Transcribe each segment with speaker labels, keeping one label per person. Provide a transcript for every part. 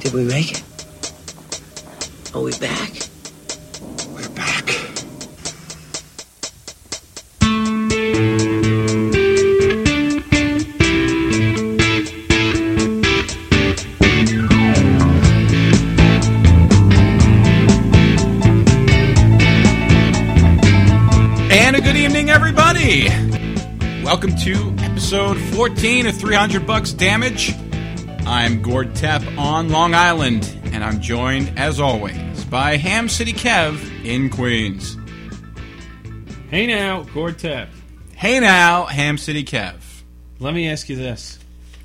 Speaker 1: Did we make it? Are we back?
Speaker 2: We're back.
Speaker 3: And a good evening, everybody. Welcome to episode 14 of 300 Bucks Damage. I'm Gord Tep on Long Island, and I'm joined, as always, by Ham City Kev in Queens.
Speaker 4: Hey now, Gortep.
Speaker 3: Hey now, Ham City Kev.
Speaker 4: Let me ask you this.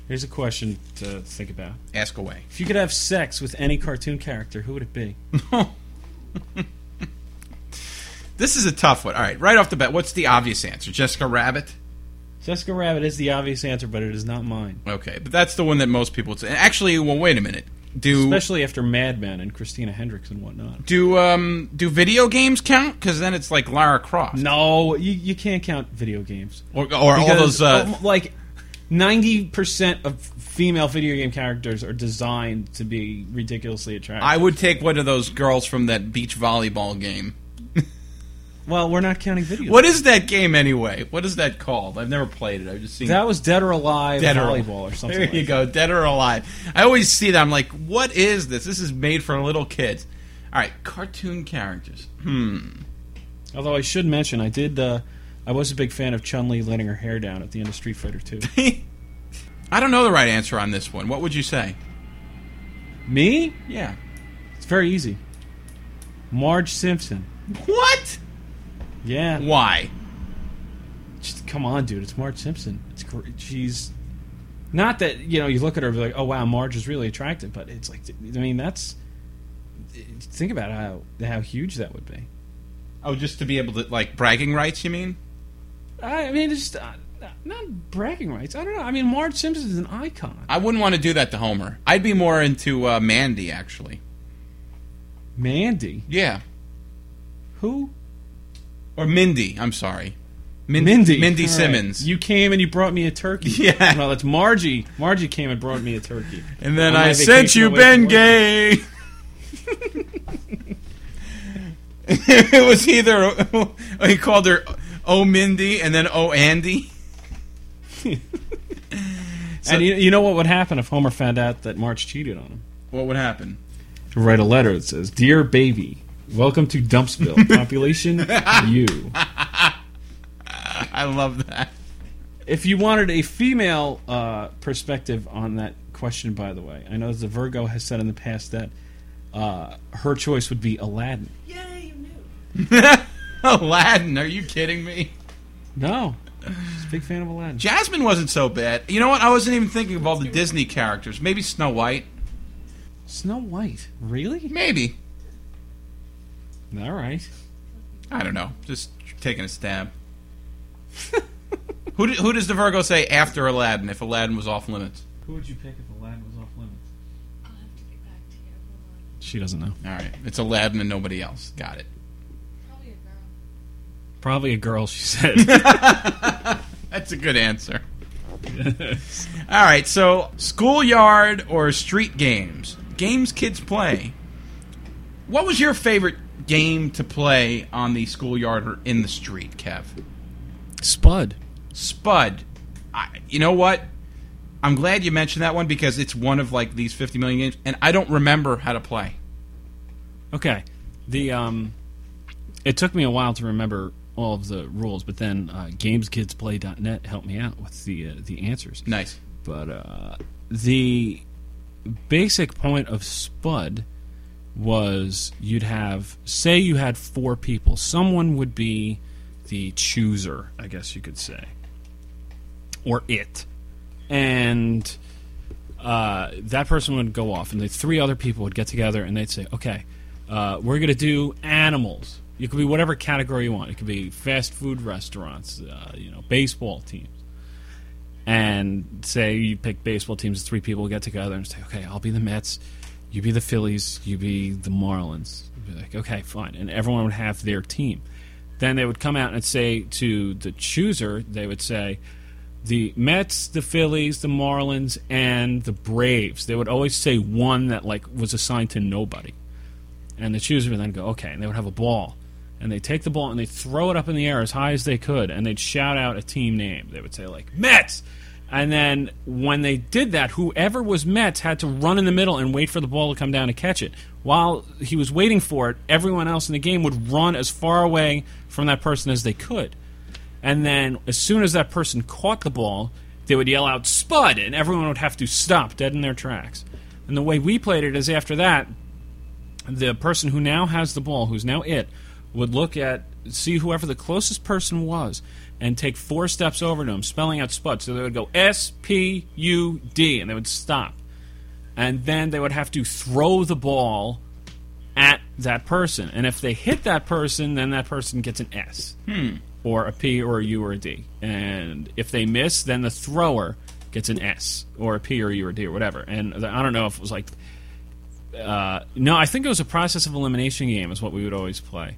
Speaker 4: Here's a question to think about.
Speaker 3: Ask away.
Speaker 4: If you could have sex with any cartoon character, who would it be?
Speaker 3: This is a tough one. All right, right off the bat, what's the obvious answer? Jessica Rabbit?
Speaker 4: Jessica Rabbit is the obvious answer, but it is not mine.
Speaker 3: Okay, but that's the one that most people would say. Actually, well, wait a minute. Do
Speaker 4: Especially after Mad Men and Christina Hendricks and whatnot.
Speaker 3: do um do video games count? Because then it's like Lara Croft
Speaker 4: No, you, you can't count video games.
Speaker 3: or, or all
Speaker 4: Because,
Speaker 3: those uh,
Speaker 4: um, like ninety percent of female video game characters are designed to be ridiculously attractive.
Speaker 3: I would take one of those girls from that beach volleyball game.
Speaker 4: well, we're not counting video.
Speaker 3: What is that game anyway? What is that called? I've never played it. I've just seen
Speaker 4: that was Dead or Alive
Speaker 3: Dead or-
Speaker 4: volleyball or something.
Speaker 3: There
Speaker 4: like
Speaker 3: you
Speaker 4: that.
Speaker 3: go, Dead or Alive. I always see that. I'm like, what is this? This is made for little kids. All right, cartoon characters.
Speaker 4: Although I should mention, I did. Uh, I was a big fan of Chun Li letting her hair down at the end of Street Fighter Two.
Speaker 3: I don't know the right answer on this one. What would you say?
Speaker 4: Me?
Speaker 3: Yeah.
Speaker 4: It's very easy. Marge Simpson.
Speaker 3: What?
Speaker 4: Yeah.
Speaker 3: Why?
Speaker 4: Just, come on, dude. It's Marge Simpson. It's gr- she's not that you know. You look at her and be like, oh wow, Marge is really attractive. But it's like, I mean, that's think about how how huge that would be.
Speaker 3: Oh, just to be able to like bragging rights? You mean?
Speaker 4: I mean, it's just uh, not bragging rights. I don't know. I mean, Marge Simpson is an icon.
Speaker 3: I wouldn't want to do that to Homer. I'd be more into uh, Mandy actually.
Speaker 4: Mandy.
Speaker 3: Yeah.
Speaker 4: Who?
Speaker 3: Or Mindy. I'm sorry. Min-
Speaker 4: Mindy.
Speaker 3: Mindy
Speaker 4: All right.
Speaker 3: Simmons.
Speaker 4: You came and you brought me a turkey.
Speaker 3: Yeah.
Speaker 4: No, that's Margie. Margie came and brought me a turkey.
Speaker 3: And then
Speaker 4: On my
Speaker 3: I sent
Speaker 4: vacation
Speaker 3: you
Speaker 4: away
Speaker 3: Ben
Speaker 4: from work.
Speaker 3: Gay. it was either he called her O Mindy and then O Andy.
Speaker 4: and you, you know what would happen if Homer found out that Marge cheated on him?
Speaker 3: What would happen?
Speaker 4: To write a letter that says, Dear baby, welcome to Dumpsville. Population you.
Speaker 3: I love that.
Speaker 4: If you wanted a female uh, perspective on that question, by the way, I know the Virgo has said in the past that uh, her choice would be Aladdin.
Speaker 3: Aladdin, are you kidding me?
Speaker 4: No. She's a big fan of Aladdin.
Speaker 3: Jasmine wasn't so bad. You know what? I wasn't even thinking of all the Disney characters. Maybe Snow White.
Speaker 4: Snow White. Really?
Speaker 3: Maybe.
Speaker 4: All right.
Speaker 3: I don't know. Just taking a stab. who, do, who does the Virgo say after Aladdin if Aladdin was off limits?
Speaker 4: Who would you pick if Aladdin was off limits?
Speaker 5: I'll have to get back to you. Hold
Speaker 4: She doesn't know.
Speaker 3: All right. It's Aladdin and nobody else. Got it.
Speaker 5: on. Probably
Speaker 4: Probably
Speaker 5: a girl.
Speaker 4: a girl, she said.
Speaker 3: That's a good answer. All right, so schoolyard or street games? Games kids play. What was your favorite game to play on the schoolyard or in the street, Kev?
Speaker 4: Spud.
Speaker 3: Spud. I, you know what? I'm glad you mentioned that one because it's one of like these 50 million games, and I don't remember how to play.
Speaker 4: Okay. The um it took me a while to remember all of the rules, but then uh, gameskidplay.net helped me out with the uh, the answers.
Speaker 3: Nice.
Speaker 4: But uh, the basic point of Spud was you'd have, say, you had four people. Someone would be the chooser, I guess you could say, or it. And uh, that person would go off, and the three other people would get together and they'd say, okay, uh, we're going to do animals. It could be whatever category you want. It could be fast food restaurants, uh, you know, baseball teams and say you pick baseball teams, three people get together and say, okay, I'll be the Mets, you be the Phillies, you be the Marlins. You'd be like, okay, fine. And everyone would have their team. Then they would come out and say to the chooser, they would say, the Mets, the Phillies, the Marlins, and the Braves. They would always say one that like was assigned to nobody, and the choosers would then go okay, and they would have a ball, and they take the ball and they throw it up in the air as high as they could, and they'd shout out a team name. They would say like Mets. And then when they did that, whoever was Mets had to run in the middle and wait for the ball to come down to catch it. While he was waiting for it, everyone else in the game would run as far away from that person as they could. And then as soon as that person caught the ball, they would yell out "Spud," and everyone would have to stop dead in their tracks. And the way we played it is after that, the person who now has the ball, who's now it, would look at see whoever the closest person was and take four steps over to him, spelling out "Spud." So they would go S P U D, and they would stop. And then they would have to throw the ball at that person. And if they hit that person, then that person gets an S or a P or a U or a D. And if they miss, then the thrower gets an S or a P or a U or a D or whatever. And the- I don't know if it was like. Uh, no, I think it was a process of elimination game, is what we would always play.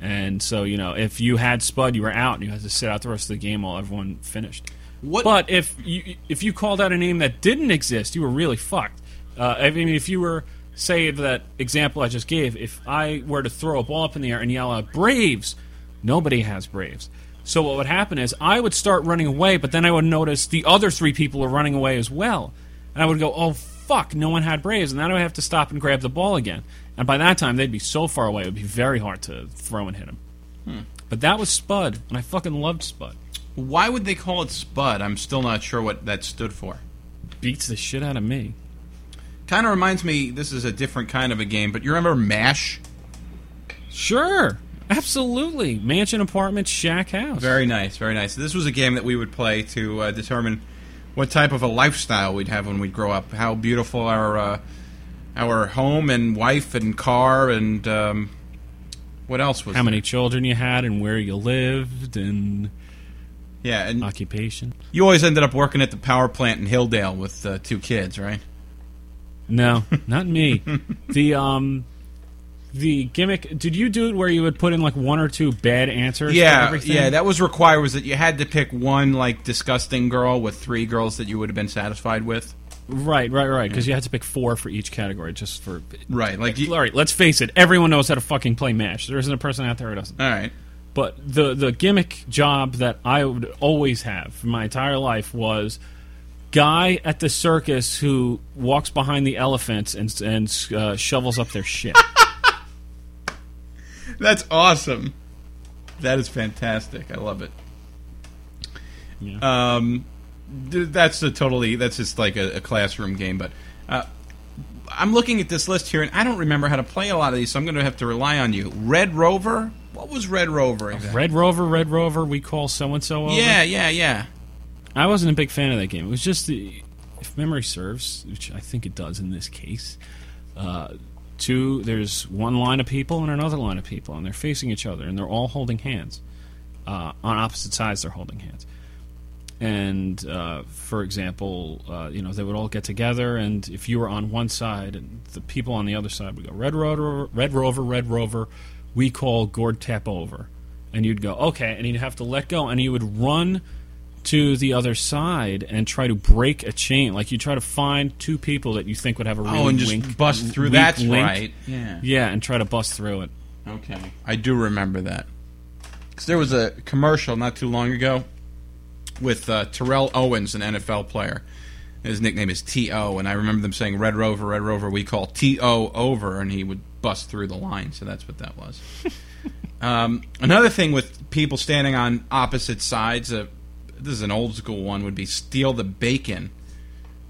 Speaker 4: And so, you know, if you had Spud, you were out and you had to sit out the rest of the game while everyone finished.
Speaker 3: What-
Speaker 4: But if you if you called out a name that didn't exist, you were really fucked. Uh, I mean, if you were say that example I just gave, if I were to throw a ball up in the air and yell out Braves, nobody has Braves. So what would happen is I would start running away, but then I would notice the other three people are running away as well, and I would go, oh fuck, no one had Braves, and then I would have to stop and grab the ball again. And by that time, they'd be so far away, it would be very hard to throw and hit them. But that was Spud, and I fucking loved Spud.
Speaker 3: Why would they call it Spud? I'm still not sure what that stood for.
Speaker 4: Beats the shit out of me.
Speaker 3: Kind of reminds me. This is a different kind of a game, but you remember Mash?
Speaker 4: Sure. Absolutely. Mansion, apartment, shack, house.
Speaker 3: Very nice, very nice. This was a game that we would play to uh, determine what type of a lifestyle we'd have when we'd grow up. How beautiful our uh, our home and wife and car and um, what else was
Speaker 4: How many
Speaker 3: there?
Speaker 4: children you had and where you lived and
Speaker 3: Yeah, and
Speaker 4: occupation.
Speaker 3: you always ended up working at the power plant in Hilldale with uh, two kids, right?
Speaker 4: No, not me. the um the gimmick did you do it where you would put in like one or two bad answers for
Speaker 3: Yeah,
Speaker 4: everything?
Speaker 3: yeah. That was required was that you had to pick one like disgusting girl with three girls that you would have been satisfied with.
Speaker 4: Right, right, right. Because you had to pick four for each category just for
Speaker 3: Right, like you,
Speaker 4: All
Speaker 3: all
Speaker 4: right, let's face it, everyone knows how to fucking play MASH. There isn't a person out there who doesn't.
Speaker 3: right.
Speaker 4: But the the gimmick job that I would always have for my entire life was guy at the circus who walks behind the elephants and and uh, shovels up their shit.
Speaker 3: That's awesome. That is fantastic. I love it.
Speaker 4: Yeah.
Speaker 3: Um, th- that's a totally. That's just like a, a classroom game. But uh, I'm looking at this list here, and I don't remember how to play a lot of these, so I'm going to have to rely on you. Red Rover. What was Red Rover? Exactly?
Speaker 4: Red Rover, Red Rover, we call so and so over.
Speaker 3: Yeah, yeah, yeah.
Speaker 4: I wasn't a big fan of that game. It was just, the, if memory serves, which I think it does in this case, uh, two, there's one line of people and another line of people, and they're facing each other, and they're all holding hands. Uh, on opposite sides, they're holding hands. And, uh, for example, uh, you know, they would all get together, and if you were on one side, and the people on the other side would go, Red Rover, Red Rover, Red Rover, we call Gord Tap over. And you'd go, okay, and you'd have to let go, and you would run to the other side and try to break a chain. Like you try to find two people that you think would have a really
Speaker 3: Oh, and just
Speaker 4: wink-
Speaker 3: bust through.
Speaker 4: weak
Speaker 3: That's
Speaker 4: link.
Speaker 3: right. Yeah.
Speaker 4: Yeah, and try to bust through it.
Speaker 3: Okay. I do remember that. Because there was a commercial not too long ago with uh, Terrell Owens, an NFL player. His nickname is T.O., and I remember them saying, Red Rover, Red Rover, we call T.O. over, and he would bust through the line, so that's what that was. um, another thing with people standing on opposite sides, uh, this is an old school one, would be steal the bacon.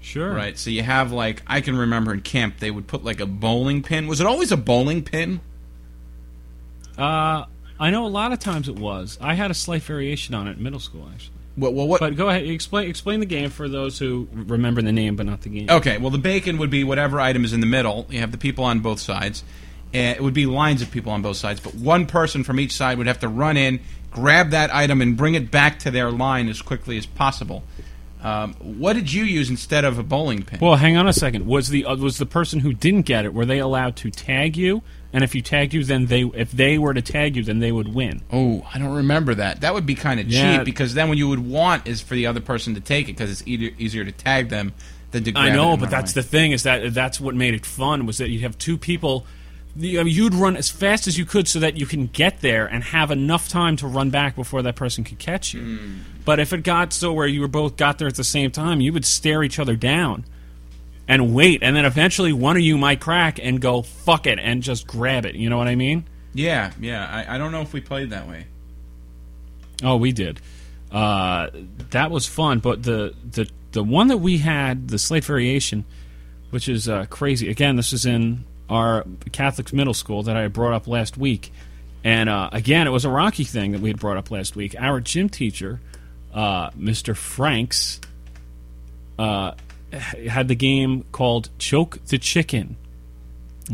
Speaker 4: Sure.
Speaker 3: Right. So you have like I can remember in camp they would put like a bowling pin. Was it always a bowling pin?
Speaker 4: Uh, I know a lot of times it was. I had a slight variation on it in middle school, actually.
Speaker 3: What? Well, what?
Speaker 4: But go ahead, explain explain the game for those who remember the name but not the game.
Speaker 3: Okay, well, the bacon would be whatever item is in the middle. You have the people on both sides. and it would be lines of people on both sides, but one person from each side would have to run in, grab that item, and bring it back to their line as quickly as possible. Um, what did you use instead of a bowling pin?
Speaker 4: Well, hang on a second. Was the uh, was the person who didn't get it were they allowed to tag you and if you tagged you, then they if they were to tag you, then they would win.
Speaker 3: Oh, I don't remember that. That would be kind of
Speaker 4: Yeah.
Speaker 3: cheap because then what you would want is for the other person to take it because it's easier, easier to tag them than to. Grab
Speaker 4: I
Speaker 3: it
Speaker 4: know,
Speaker 3: and
Speaker 4: but
Speaker 3: run
Speaker 4: that's
Speaker 3: away.
Speaker 4: the thing is that that's what made it fun was that you'd have two people. the- I mean, you'd run as fast as you could so that you can get there and have enough time to run back before that person could catch you. But if it got so where you were both got there at the same time, you would stare each other down and wait, and then eventually one of you might crack and go fuck it and just grab it. You know what I mean?
Speaker 3: yeah, yeah. I, I don't know if we played that way.
Speaker 4: Oh, we did. Uh, that was fun, but the, the the one that we had, the slate variation, which is uh, crazy. Again, this is in our Catholic middle school that I brought up last week, and uh, again, it was a Rocky thing that we had brought up last week. Our gym teacher, uh, Mr. Franks, uh, had the game called "Choke the Chicken."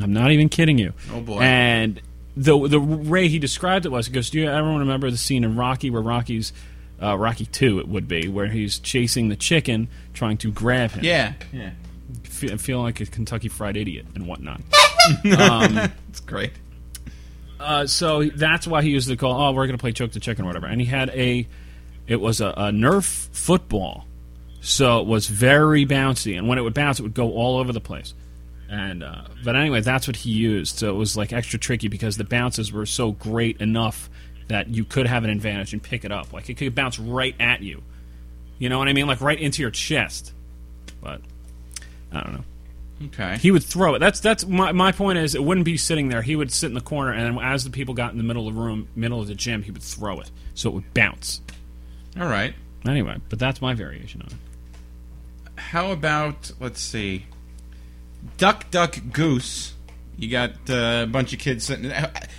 Speaker 4: I'm not even kidding you.
Speaker 3: Oh, boy.
Speaker 4: And the the way he described it was, he goes, "Do you everyone remember the scene in Rocky where Rocky's uh, Rocky Two? It would be where he's chasing the chicken, trying to grab him.
Speaker 3: Yeah, yeah.
Speaker 4: Fe- feeling like a Kentucky Fried Idiot and whatnot.
Speaker 3: It's great.
Speaker 4: Uh, so that's why he used the call. Oh, we're going to play choke the chicken or whatever. And he had a, it was a, a Nerf football, so it was very bouncy. And when it would bounce, it would go all over the place. And uh, but anyway, that's what he used. So it was like extra tricky because the bounces were so great enough that you could have an advantage and pick it up. Like it could bounce right at you. You know what I mean? Like right into your chest. But I don't know.
Speaker 3: Okay.
Speaker 4: He would throw it. That's that's my, my point is it wouldn't be sitting there. He would sit in the corner, and as the people got in the middle of the room, middle of the gym, he would throw it so it would bounce.
Speaker 3: All right.
Speaker 4: Anyway, but that's my variation on it.
Speaker 3: How about let's see, Duck Duck Goose. You got uh, a bunch of kids sitting.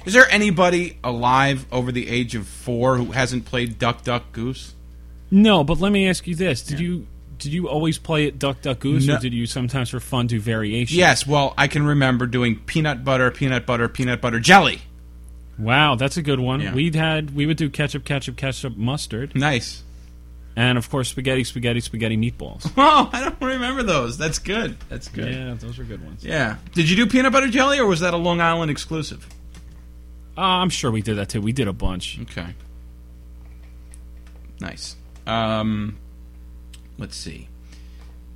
Speaker 3: Is there anybody alive over the age of four who hasn't played Duck Duck Goose?
Speaker 4: No, but let me ask you this: Did you did you always play it Duck Duck Goose,
Speaker 3: No.
Speaker 4: or did you sometimes for fun do variations?
Speaker 3: Yes. Well, I can remember doing peanut butter, peanut butter, peanut butter jelly.
Speaker 4: Wow, that's a good one.
Speaker 3: Yeah.
Speaker 4: We'd had we would do ketchup, ketchup, ketchup, mustard,
Speaker 3: Nice.
Speaker 4: and of course spaghetti, spaghetti, spaghetti meatballs.
Speaker 3: Oh, I don't remember those. That's good. That's good. Yeah.
Speaker 4: yeah, those were good ones.
Speaker 3: Did you do peanut butter jelly, or was that a Long Island exclusive?
Speaker 4: Uh, I'm sure we did that too. We did a bunch.
Speaker 3: Okay. Nice. Um, let's see.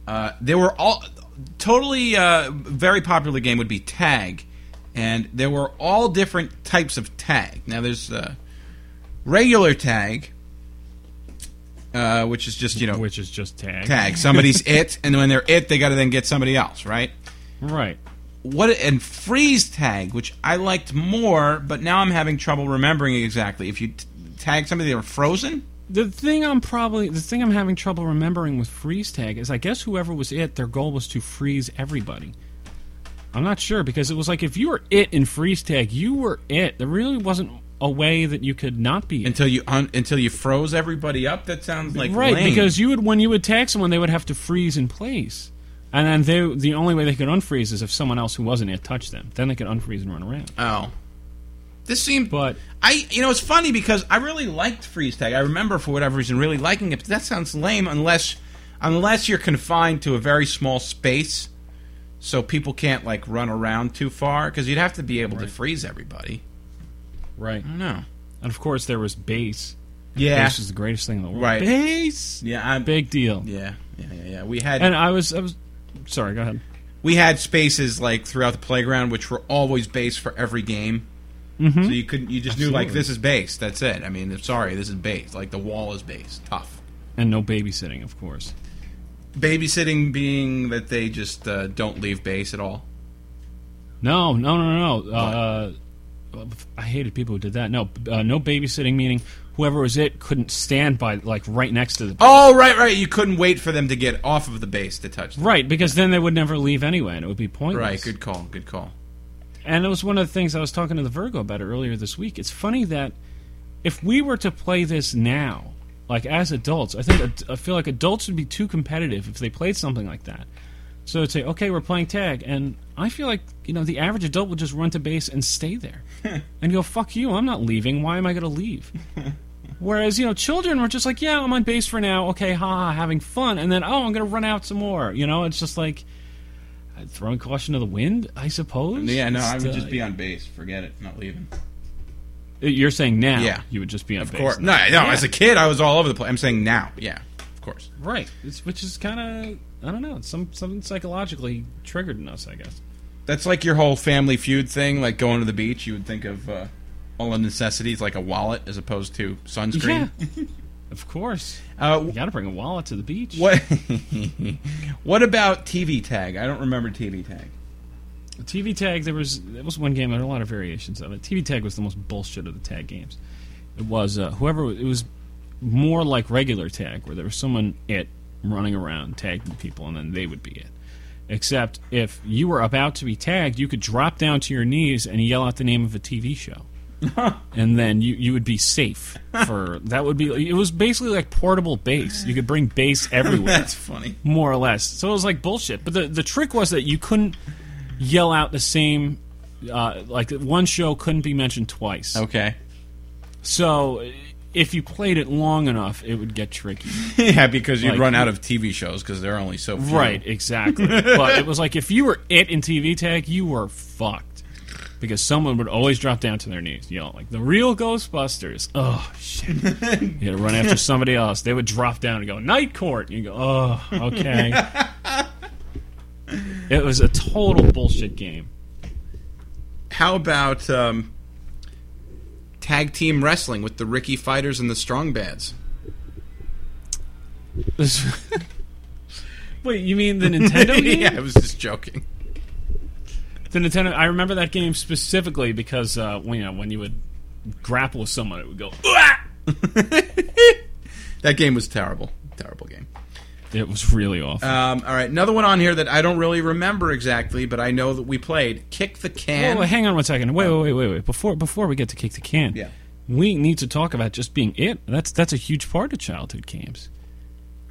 Speaker 3: Uh, they were all totally uh, very popular game would be tag, and there were all different types of tag. Now there's uh, regular tag, uh, which is just you know
Speaker 4: Which is just tag.
Speaker 3: tag. Somebody's it, and when they're it, they got to then get somebody else, right?
Speaker 4: Right.
Speaker 3: what and freeze tag, which I liked more, but now I'm having trouble remembering it exactly. If you t- tag somebody, they're frozen.
Speaker 4: The thing I'm probably the thing I'm having trouble remembering with freeze tag is I guess whoever was it, their goal was to freeze everybody. I'm not sure because it was like if you were it in freeze tag, you were it. There really wasn't a way that you could not be it.
Speaker 3: until you un, until you froze everybody up. That sounds like
Speaker 4: right
Speaker 3: lame.
Speaker 4: because you would when you would tag someone, they would have to freeze in place, and then they the only way they could unfreeze is if someone else who wasn't it touched them. Then they could unfreeze and run around.
Speaker 3: oh, this seemed.
Speaker 4: But
Speaker 3: I you know it's funny because I really liked freeze tag. I remember for whatever reason really liking it. But that sounds lame unless unless you're confined to a very small space, so people can't like run around too far because you'd have to be able to freeze everybody.
Speaker 4: right, and
Speaker 3: No.
Speaker 4: of course there was base.
Speaker 3: Yeah.
Speaker 4: Base is the greatest thing in the world.
Speaker 3: Right.
Speaker 4: Base,
Speaker 3: Yeah. I'm.
Speaker 4: big deal.
Speaker 3: Yeah, yeah, yeah, yeah. We had
Speaker 4: And uh, I was I was sorry. Go ahead.
Speaker 3: we had spaces like throughout the playground, which were always based for every game.
Speaker 4: Mm-hmm.
Speaker 3: So you couldn't. You just knew like
Speaker 4: Absolutely.
Speaker 3: this is base. That's it. I mean, sorry, this is base. Like the wall is base. Tough.
Speaker 4: And no babysitting, of course.
Speaker 3: Babysitting being that they just uh, don't leave base at all.
Speaker 4: No, no, no, no. Uh, I hated people who did that. No, uh, no babysitting. Meaning, whoever was it couldn't stand by like right next to the
Speaker 3: Oh right, right. You couldn't wait for them to get off of the base to touch. Them.
Speaker 4: right because then they would never leave anyway, and it would be pointless.
Speaker 3: Right. Good call. Good call.
Speaker 4: And it was one of the things I was talking to the Virgo about it earlier this week. It's funny that if we were to play this now, like as adults, I think ad- I feel like adults would be too competitive if they played something like that. So it'd say, okay, we're playing tag, and I feel like you know the average adult would just run to base and stay there, and go, fuck you, I'm not leaving. Why am I going to leave? Whereas you know children were just like, yeah, I'm on base for now. Okay, ha, ha having fun, and then oh, I'm going to run out some more. You know, it's just like throwing caution to the wind, I suppose.
Speaker 3: Yeah, no,
Speaker 4: It's,
Speaker 3: I would
Speaker 4: uh,
Speaker 3: just be on base. Forget it. Not leaving.
Speaker 4: You're saying now,
Speaker 3: Yeah.
Speaker 4: you would just be on
Speaker 3: Of
Speaker 4: base.
Speaker 3: course. No, no. As a kid, I was all over the place. I'm saying now. Yeah, of course.
Speaker 4: right? It's, which is kind of I don't know, it's some something psychologically triggered in us, I guess.
Speaker 3: That's like your whole family feud thing, like going to the beach. You would think of uh, all the necessities like a wallet as opposed to sunscreen.
Speaker 4: Yeah, of course.
Speaker 3: Uh,
Speaker 4: You got to bring a wallet to the beach.
Speaker 3: what? what about TV tag? I don't remember TV tag.
Speaker 4: TV tag? There was there was one game. There were a lot of variations of it. TV tag was the most bullshit of the tag games. It was uh, whoever it was more like regular tag, where there was someone it running around tagging people, and then they would be it. Except if you were about to be tagged, you could drop down to your knees and yell out the name of a TV show. and then you, you would be safe for that would be it was basically like portable base you could bring base everywhere
Speaker 3: That's funny.
Speaker 4: more or less. So it was like bullshit. But the the trick was that you couldn't yell out the same. Uh, like one show couldn't be mentioned twice.
Speaker 3: Okay.
Speaker 4: So if you played it long enough, it would get tricky.
Speaker 3: yeah, because you'd
Speaker 4: Like-
Speaker 3: run out of TV shows because there are only so few.
Speaker 4: Right, exactly. but it was like if you were it in TV tag, you were fucked because someone would always drop down to their knees, yell like the real Ghostbusters. Oh shit! you had to run after somebody else. They would drop down and go Night Court. You go, oh okay. it was a total bullshit game.
Speaker 3: How about um, tag team wrestling with the Ricky Fighters and the Strong Bads?
Speaker 4: This- Wait, you mean the Nintendo game?
Speaker 3: yeah, I was just joking.
Speaker 4: The Nintendo. I remember that game specifically because uh, when you know when you would grapple with someone, it would go. "Uah!"
Speaker 3: That game was terrible. Terrible game.
Speaker 4: It was really awful.
Speaker 3: Um, all right, another one on here that I don't really remember exactly, but I know that we played Kick the Can.
Speaker 4: Whoa, wait, hang on one second. Wait, wait, wait, wait, wait. Before before we get to kick the can,
Speaker 3: Yeah.
Speaker 4: we need to talk about just being it. That's that's a huge part of childhood games.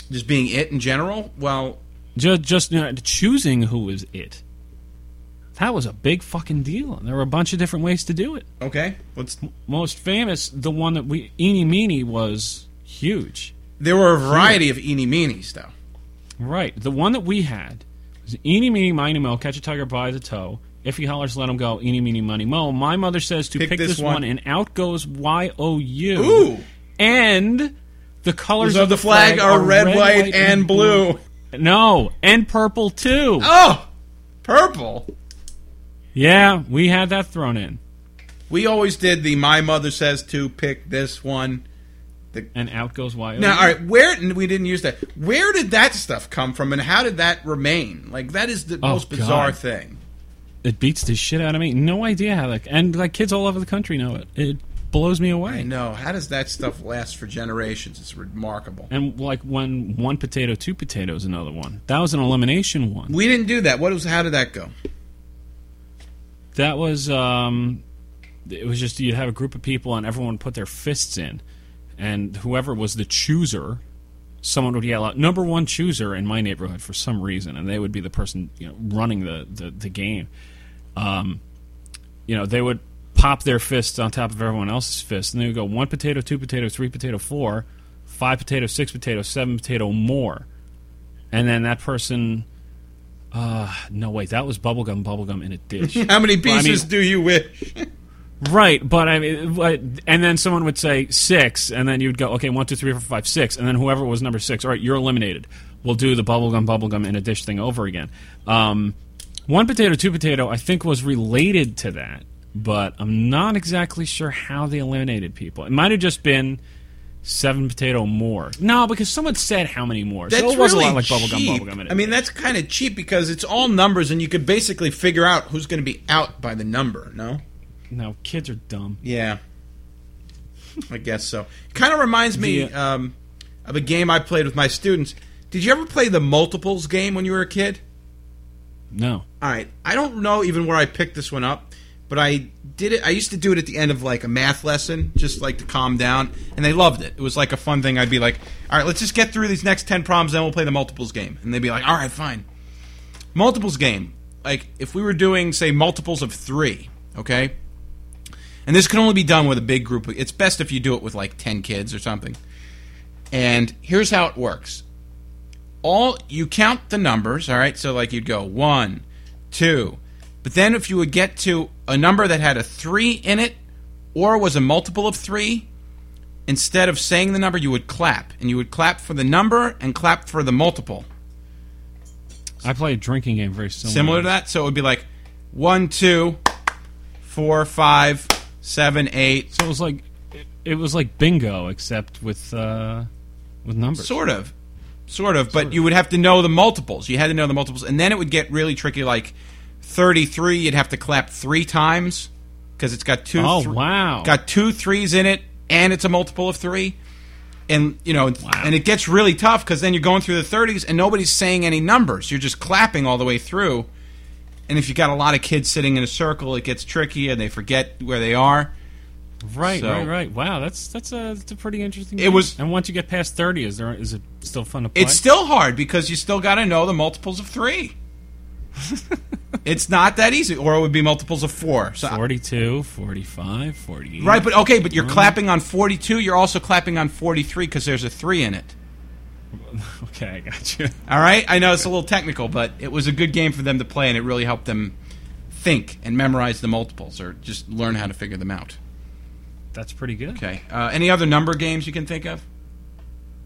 Speaker 3: Just being it in general. Well,
Speaker 4: Just just you know, choosing who was it. That was a big fucking deal, and there were a bunch of different ways to do it.
Speaker 3: okay. Let's.
Speaker 4: Most famous, the one that we Eeny Meeny was huge.
Speaker 3: There were a variety of eeny meenies, though.
Speaker 4: Right. The one that we had was Eeny Meeny Miny Mo, catch a tiger by the toe. If he hollers, let him go. Eeny Meeny Miny Mo. My mother says to pick, this, one. and out goes Y O U.
Speaker 3: Ooh.
Speaker 4: And the colors
Speaker 3: So
Speaker 4: of
Speaker 3: the flag are red, white, and blue.
Speaker 4: No, and purple too.
Speaker 3: Oh, purple.
Speaker 4: Yeah, we had that thrown in.
Speaker 3: We always did the my mother says to pick this one.
Speaker 4: And out goes Y O U.
Speaker 3: Now, all right, where and we didn't use that. Where did that stuff come from, and how did that remain? Like that is the
Speaker 4: Oh,
Speaker 3: most bizarre
Speaker 4: God.
Speaker 3: thing.
Speaker 4: It beats the shit out of me. No idea how that. And like kids all over the country know it. It blows me away.
Speaker 3: I know. How does that stuff last for generations? It's remarkable.
Speaker 4: And like when one potato, two potatoes, another one. That was an elimination one.
Speaker 3: We didn't do that. What was? How did that go?
Speaker 4: That was um, it was just you'd have a group of people and everyone would put their fists in, and whoever was the chooser, someone would yell out number one chooser in my neighborhood for some reason, and they would be the person you know running the the, the game. Um, you know they would pop their fists on top of everyone else's fists, and they would go one potato, two potato, three potato, four, five potato, six potato, seven potato, more, and then that person. Uh, no, wait, that was bubblegum, bubblegum in a dish.
Speaker 3: How many
Speaker 4: Well, I mean-
Speaker 3: pieces do you wish?
Speaker 4: Right, but I mean, what- and then someone would say six, and then you'd go, okay, one, two, three, four, five, six, and then whoever was number six, all right, you're eliminated. We'll do the bubblegum, bubblegum in a dish thing over again. Um, one potato, two potato, I think was related to that, but I'm not exactly sure how they eliminated people. It might have just been seven potato more. No, because someone said how many more. so it was a lot like bubblegum,
Speaker 3: cheap.
Speaker 4: bubblegum in a
Speaker 3: I mean,
Speaker 4: dish.
Speaker 3: that's kind of cheap because it's all numbers, and you could basically figure out who's going to be out by the number. No.
Speaker 4: No, kids are dumb.
Speaker 3: Yeah. I guess so. Kind of reminds me
Speaker 4: The,
Speaker 3: um, of a game I played with my students. Did you ever play the multiples game when you were a kid?
Speaker 4: No.
Speaker 3: All right. I don't know even where I picked this one up, but I did it. I used to do it at the end of like a math lesson, just like to calm down, and they loved it. It was like a fun thing. I'd be like, "All right, let's just get through these next ten problems, then we'll play the multiples game." And they'd be like, "All right, fine." Multiples game. Like if we were doing say multiples of three, okay. And this can only be done with a big group. It's best if you do it with like ten kids or something. And here's how it works all you count the numbers all right so like you'd go one two. But then if you would get to a number that had a three in it or was a multiple of three, instead of saying the number, you would clap. And you would clap for the number and clap for the multiple.
Speaker 4: I play a drinking game very similar.
Speaker 3: Similar to that. So it would be like one, two, four, five, seven, eight.
Speaker 4: So it was like it, it was like bingo except with uh, with numbers.
Speaker 3: Sort of. Sort of, but you would have to know the multiples. You had to know the multiples, and then it would get really tricky. Like thirty-three, you'd have to clap three times because it's got two.
Speaker 4: Oh,
Speaker 3: thr-
Speaker 4: wow.
Speaker 3: Got two threes in it, and it's a multiple of three, and you know, and it gets really tough because then you're going through the thirties, and nobody's saying any numbers. You're just clapping all the way through, and if you got a lot of kids sitting in a circle, it gets tricky, and they forget where they are.
Speaker 4: Right,
Speaker 3: So-
Speaker 4: right, right. Wow, that's that's a, that's a pretty interesting.
Speaker 3: It
Speaker 4: game.
Speaker 3: was-
Speaker 4: and once you get past thirty, is there is it still fun to play?
Speaker 3: It's still hard because you still got to know the multiples of three. it's not that easy, or it would be multiples of four. So,
Speaker 4: 42, 45, 48.
Speaker 3: right, but okay, but you're clapping on 42. You're also clapping on 43 because there's a three in it.
Speaker 4: okay, I got you.
Speaker 3: All right, I know it's a little technical, but it was a good game for them to play, and it really helped them think and memorize the multiples, or just learn how to figure them out.
Speaker 4: That's pretty good.
Speaker 3: Okay, uh, any other number games you can think of?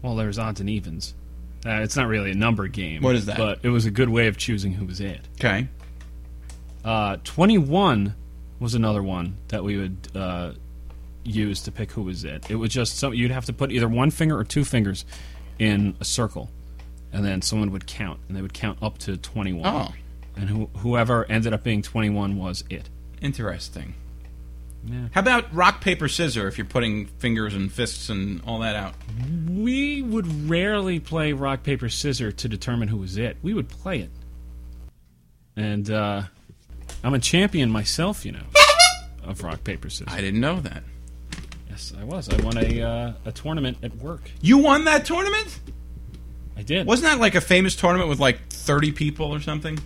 Speaker 4: Well, there's odds and evens. Uh, it's not really a number game.
Speaker 3: What is that?
Speaker 4: But it was a good way of choosing who was it.
Speaker 3: Okay,
Speaker 4: Uh, 21 was another one that we would uh, use to pick who was it. It was just some you'd have to put either one finger or two fingers in a circle, and then someone would count, and they would count up to 21.
Speaker 3: Oh.
Speaker 4: And who, whoever ended up being 21 was it.
Speaker 3: interesting.
Speaker 4: Yeah.
Speaker 3: How about rock paper scissor? If you're putting fingers and fists and all that out.
Speaker 4: We would rarely play rock paper scissors to determine who was it. We would play it, and uh, I'm a champion myself, you know, of rock paper scissors.
Speaker 3: I didn't know that.
Speaker 4: yes, I was. I won a uh, a tournament at work.
Speaker 3: You won that tournament?
Speaker 4: I did.
Speaker 3: Wasn't that like a famous tournament with like 30 people or something? It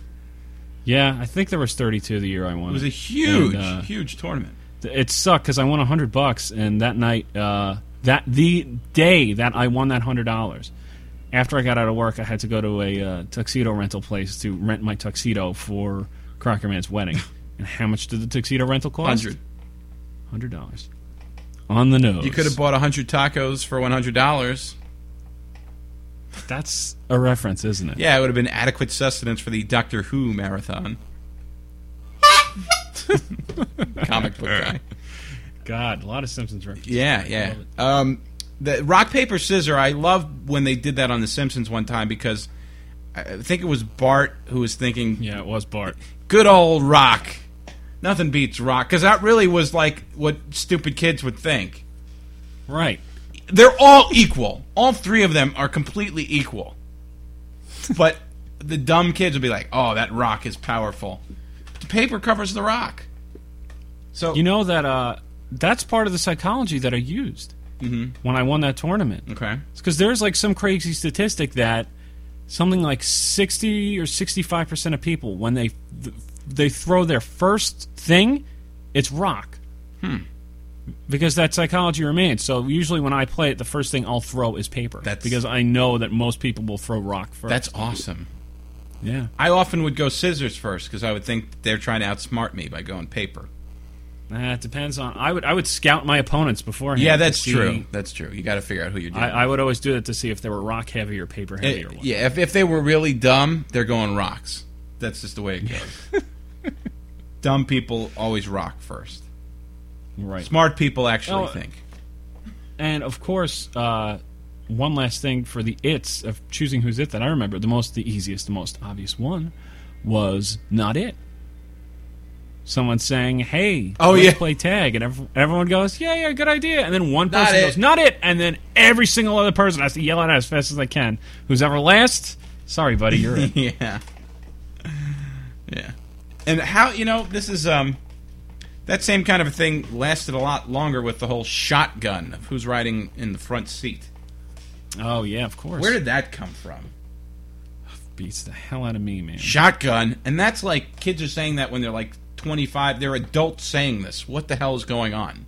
Speaker 4: yeah, I think there was 32 the year I won. It
Speaker 3: was a huge,
Speaker 4: And, uh,
Speaker 3: huge tournament.
Speaker 4: it sucked because I won 100 bucks, and that night, uh, that the day that I won that hundred dollars, after I got out of work, I had to go to a uh, tuxedo rental place to rent my tuxedo for Crocker Man's wedding. and how much did the tuxedo rental cost?
Speaker 3: 100.
Speaker 4: Hundred dollars. On the nose.
Speaker 3: You could have bought 100 tacos for $100.
Speaker 4: That's a reference, isn't it?
Speaker 3: Yeah, it would have been adequate sustenance for the Doctor Who marathon. Comic book guy.
Speaker 4: God, a lot of Simpsons references.
Speaker 3: Yeah, yeah. Um, the rock paper scissor. I love when they did that on The Simpsons one time because I I think it was Bart who was thinking,
Speaker 4: Yeah, it was Bart.
Speaker 3: good old rock. Nothing beats rock because that really was like what stupid kids would think.
Speaker 4: Right.
Speaker 3: They're all equal. All three of them are completely equal. But the dumb kids would be like, "Oh, that rock is powerful." The paper covers the rock. So
Speaker 4: You know that uh, that's part of the psychology that I used when I won that tournament.
Speaker 3: Mm-hmm. okay,
Speaker 4: because there's like some crazy statistic that something like 60 or 65 percent of people when they th- they throw their first thing it's rock hmm. because that psychology remains so usually when i play it the first thing i'll throw is paper
Speaker 3: That's-
Speaker 4: because i know that most people will throw rock first
Speaker 3: that's awesome.
Speaker 4: yeah
Speaker 3: I often would go scissors first because I would think they're trying to outsmart me by going paper.
Speaker 4: Uh, it depends on i would i would scout my opponents beforehand
Speaker 3: Yeah,
Speaker 4: to
Speaker 3: that's
Speaker 4: see-
Speaker 3: true. That's true. You got to figure out who you're doing.
Speaker 4: I, I would always do that to see if they were rock heavy or paper heavy or what.
Speaker 3: yeah, if, if they were really dumb, they're going rocks. That's just the way it goes. dumb people always rock first.
Speaker 4: right
Speaker 3: Smart people actually
Speaker 4: Oh,
Speaker 3: think.
Speaker 4: And of course, uh, one last thing for the its of choosing who's it that I remember the most, the easiest, the most obvious one was not it. Someone saying, "Hey,
Speaker 3: Oh,
Speaker 4: let's
Speaker 3: yeah.
Speaker 4: play tag," and ev- everyone goes, "Yeah, yeah, good idea." And then one
Speaker 3: Not
Speaker 4: person
Speaker 3: it.
Speaker 4: goes, "Not it," and then every single other person has to yell it out as fast as they can. Who's ever last? Sorry, buddy, you're it.
Speaker 3: Yeah. Yeah. And how you know this is um that same kind of a thing lasted a lot longer with the whole shotgun of who's riding in the front seat.
Speaker 4: oh yeah, of course.
Speaker 3: Where did that come from?
Speaker 4: beats the hell out of me, man?
Speaker 3: Shotgun, and that's like kids are saying that when they're like 25. They're adults saying this. What the hell is going on?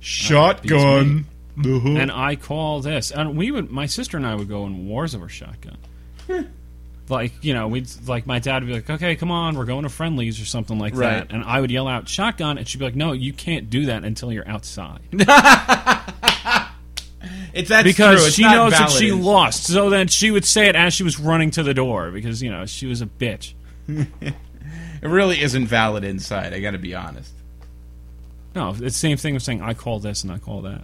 Speaker 3: Shotgun.
Speaker 4: uh,
Speaker 3: Hmm.
Speaker 4: and I call this. And we would, my sister and I would go in wars over shotgun. like you know we'd like my dad would be like okay come on we're going to friendlies or something like
Speaker 3: Right.
Speaker 4: that and i would yell out shotgun and she'd be like no you can't do that until you're outside
Speaker 3: It's that's
Speaker 4: because
Speaker 3: true. It's
Speaker 4: she
Speaker 3: not
Speaker 4: knows that she
Speaker 3: validated.
Speaker 4: lost so then she would say it as she was running to the door because you know she was a bitch
Speaker 3: It really isn't valid inside. I got to be honest.
Speaker 4: no it's the same thing of saying i call this and i call that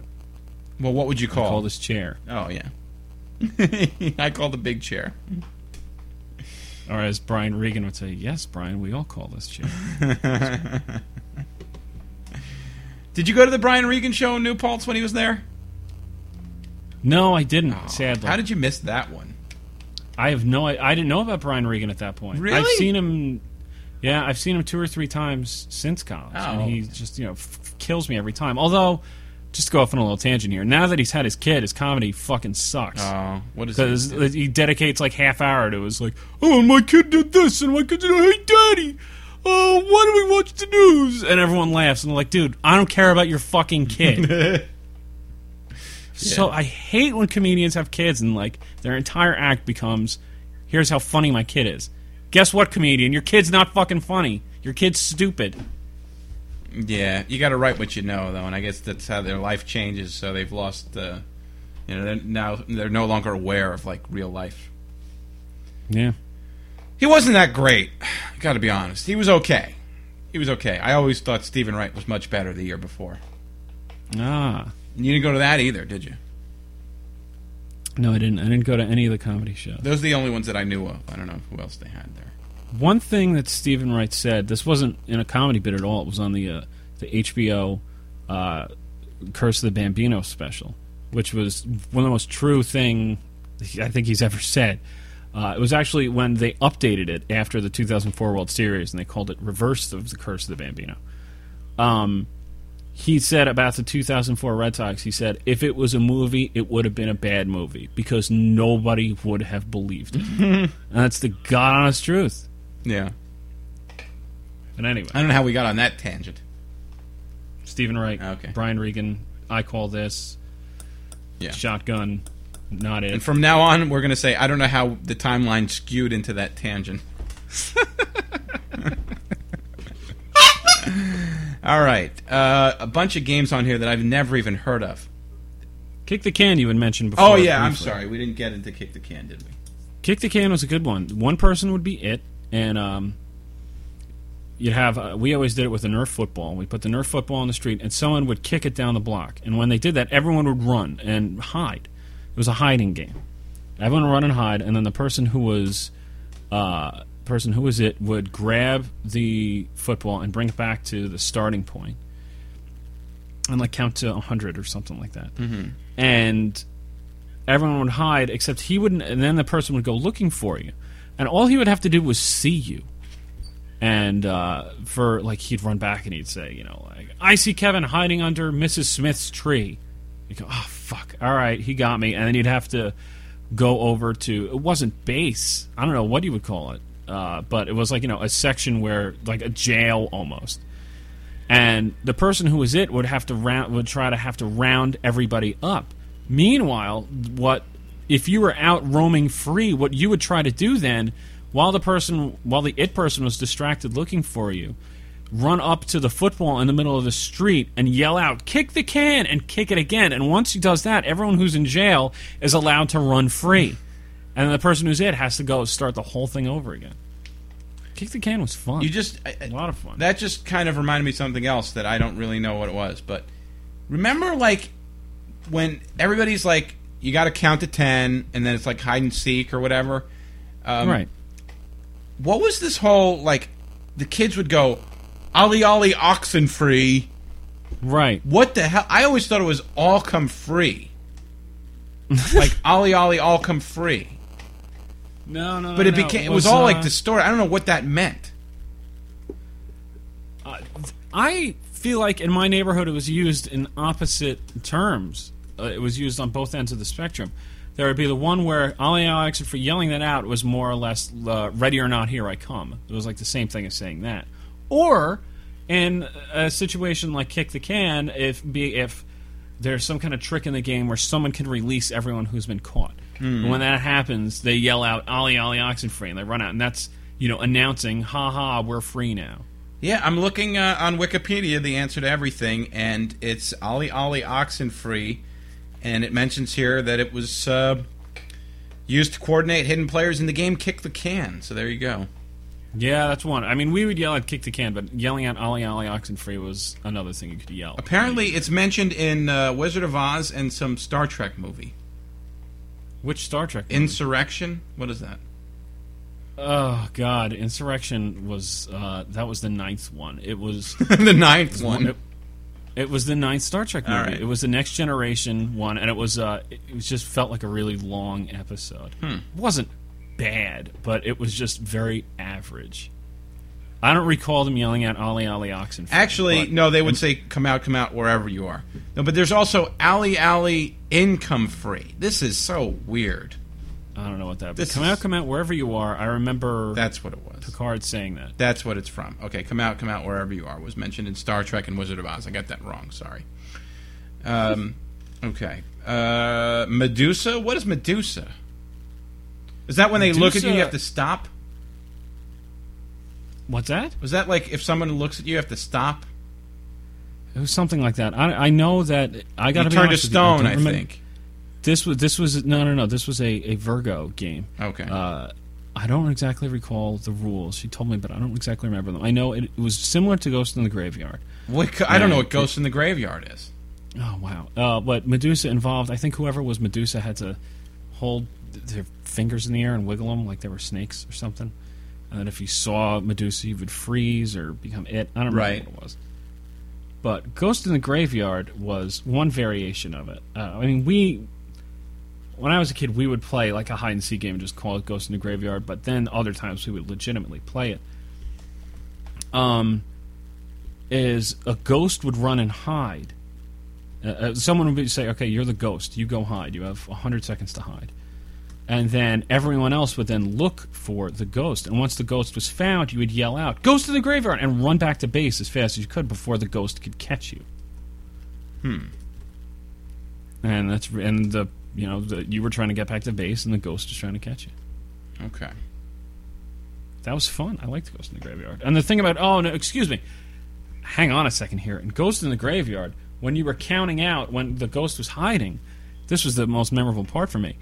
Speaker 3: Well, what would you
Speaker 4: i call
Speaker 3: call
Speaker 4: this chair
Speaker 3: Oh yeah, I call the big chair.
Speaker 4: or as brian regan would say yes brian we all call this chair
Speaker 3: Did you go to the Brian Regan show in New Paltz when he was there?
Speaker 4: no i didn't sadly
Speaker 3: How did you miss that one?
Speaker 4: I have no. I, I didn't know about Brian Regan at that point.
Speaker 3: Really?
Speaker 4: I've seen him. Yeah, I've seen him two or three times since college, and
Speaker 3: Oh.
Speaker 4: he just you know f- f- kills me every time. Although, just to go off on a little tangent here. Now that he's had his kid, his comedy fucking sucks.
Speaker 3: Oh, what is
Speaker 4: because
Speaker 3: it?
Speaker 4: he dedicates like half hour to his like, oh my kid did this and my kid did hey daddy, oh why do we watch the news? And everyone laughs and they're like, dude, I don't care about your fucking kid. So I hate when comedians have kids and like their entire act becomes, here's how funny my kid is. Guess what, comedian? Your kid's not fucking funny. Your kid's stupid.
Speaker 3: Yeah, you got to write what you know, though, and I guess that's how their life changes. So they've lost, uh, you know, they're now they're no longer aware of like real life.
Speaker 4: Yeah.
Speaker 3: He wasn't that great. Got to be honest. He was okay. He was okay. I always thought Stephen Wright was much better the year before.
Speaker 4: Ah.
Speaker 3: You didn't go to that either, did you?
Speaker 4: No, I didn't. I didn't go to any of the comedy shows.
Speaker 3: Those are the only ones that I knew of. I don't know who else they had there.
Speaker 4: One thing that Stephen Wright said, this wasn't in a comedy bit at all. It was on the uh, the HBO uh, Curse of the Bambino special, which was one of the most true thing I think he's ever said. Uh, it was actually when they updated it after the 2004 World Series, and they called it "Reverse of the Curse of the Bambino." Um, he said about the 2004 Red Sox, he said, "If it was a movie, it would have been a bad movie because nobody would have believed it." and that's the god honest truth.
Speaker 3: Yeah.
Speaker 4: But anyway,
Speaker 3: I don't know how we got on that tangent.
Speaker 4: Stephen Wright,
Speaker 3: Ah, Okay.
Speaker 4: Brian Regan, I call this
Speaker 3: Yeah.
Speaker 4: shotgun, not it.
Speaker 3: And from now on, we're going to say, I don't know how the timeline skewed into that tangent. All right. Uh, a bunch of games on here that I've never even heard of.
Speaker 4: Kick the can you had mentioned before.
Speaker 3: Oh, yeah. I'm
Speaker 4: briefly.
Speaker 3: sorry. We didn't get into Kick the Can, did we?
Speaker 4: Kick the can was a good one. One person would be it, and um, you'd have. Uh, we always did it with a Nerf football. We put the Nerf football on the street, and someone would kick it down the block. And when they did that, everyone would run and hide. It was a hiding game. Everyone would run and hide, and then the person who was uh, person who was it would grab the football and bring it back to the starting point, and like count to hundred or something like that. Mm-hmm. And everyone would hide except he wouldn't and then the person would go looking for you and all he would have to do was see you and uh, for like he'd run back and he'd say you know like i see kevin hiding under mrs smith's tree you go oh fuck all right he got me and then you'd have to go over to it wasn't base i don't know what you would call it uh, but it was like you know a section where like a jail almost and the person who was it would have to round would try to have to round everybody up. Meanwhile, what if you were out roaming free? What you would try to do then, while the person while the it person was distracted looking for you, run up to the football in the middle of the street and yell out, "Kick the can!" and kick it again. And once he does that, everyone who's in jail is allowed to run free, and then the person who's it has to go start the whole thing over again. Kick the can was fun.
Speaker 3: You just. I,
Speaker 4: a lot of fun.
Speaker 3: That just kind of reminded me of something else that I don't really know what it was. But remember, like, when everybody's like, you got to count to 10, and then it's like hide and seek or whatever. Um,
Speaker 4: right.
Speaker 3: what was this whole like the kids would go ollie ollie oxen free
Speaker 4: Right.
Speaker 3: what the hell i always thought it was all come free like ollie ollie all come free
Speaker 4: No, no, no.
Speaker 3: but it
Speaker 4: no.
Speaker 3: became it was, all
Speaker 4: uh,
Speaker 3: like distorted i don't know what that meant
Speaker 4: I feel like in my neighborhood it was used in opposite terms. Uh, it was used on both ends of the spectrum. There would be the one where Ollie Alex for yelling that out was more or less uh, "Ready or not, here I come." It was like the same thing as saying that. Or in a situation like kick the can, if be if there's some kind of trick in the game where someone can release everyone who's been caught. And when that happens, they yell out "Ollie, Ollie, Oxenfree," and they run out, and that's you know announcing, "Ha ha, we're free now."
Speaker 3: Yeah, I'm looking uh, on Wikipedia the answer to everything, and it's Ollie Ollie Oxenfree, and it mentions here that it was uh, used to coordinate hidden players in the game Kick the Can. So there you go.
Speaker 4: Yeah, that's one. I mean, we would yell at "Kick the Can," but yelling out "Ollie, Ollie, Oxenfree" was another thing you could yell.
Speaker 3: Apparently, it's mentioned in uh, Wizard of Oz and some Star Trek movie.
Speaker 4: which Star Trek?
Speaker 3: Insurrection? What is that?
Speaker 4: oh God, Insurrection was uh, that was the ninth one. It was.
Speaker 3: the ninth one.
Speaker 4: It, it was the ninth Star Trek movie.
Speaker 3: All right.
Speaker 4: It was the Next Generation one, and it was uh, it it was just felt like a really long episode.
Speaker 3: Hmm.
Speaker 4: It wasn't bad, but it was just very average. I don't recall them yelling out "Ollie, Ollie, Oxenfree."
Speaker 3: Actually,
Speaker 4: but-
Speaker 3: no, they would say come out, come out wherever you are. No, but there's also Alley Alley Income Free. This is so weird.
Speaker 4: I don't know what that. But
Speaker 3: This
Speaker 4: come
Speaker 3: is-
Speaker 4: out, come out, wherever you are. I remember
Speaker 3: That's what it was.
Speaker 4: Picard saying that.
Speaker 3: That's what it's from. Okay, come out, come out wherever you are was mentioned in Star Trek and Wizard of Oz. I got that wrong. Sorry. Um, okay. Uh, Medusa. What is Medusa? Is that when they look at you, you
Speaker 4: Medusa-
Speaker 3: have to stop?
Speaker 4: What's that?
Speaker 3: Was that like if someone looks at you, you have to stop?
Speaker 4: It was something like that. I, I know that I got
Speaker 3: You turn to
Speaker 4: honest with you, I
Speaker 3: stone,
Speaker 4: don't
Speaker 3: I,
Speaker 4: remem-
Speaker 3: think.
Speaker 4: This was this was no no no. This was a, a Virgo game.
Speaker 3: Okay.
Speaker 4: Uh, I don't exactly recall the rules. She told me, but I don't exactly remember them. I know it, it was similar to Ghost in the Graveyard.
Speaker 3: What co- I don't know
Speaker 4: yeah.
Speaker 3: what Ghost in the Graveyard is.
Speaker 4: Oh wow! Uh, but Medusa involved. I think whoever was Medusa had to hold th- their fingers in the air and wiggle them like they were snakes or something. And then if you saw Medusa, you would freeze or become it. I don't remember
Speaker 3: Right.
Speaker 4: what it was. But Ghost in the Graveyard was one variation of it. Uh, I mean, we when I was a kid, we would play like a hide and seek game and just call it Ghost in the Graveyard. But then other times we would legitimately play it. Um, is a ghost would run and hide. Uh, Uh, someone would be, say, "Okay, you're the ghost. You go hide. You have hundred seconds to hide." And then everyone else would then look for the ghost. And once the ghost was found, you would yell out, "Ghost in the graveyard!" and run back to base as fast as you could before the ghost could catch you. Hmm. And that's re- and the you know the, you were trying to get back to base, and the ghost was trying to catch you.
Speaker 3: Okay.
Speaker 4: That was fun. I liked Ghost in the Graveyard. And the thing about oh no, excuse me, hang on a second here. In Ghost in the Graveyard, when you were counting out when the ghost was hiding, this was the most memorable part for me.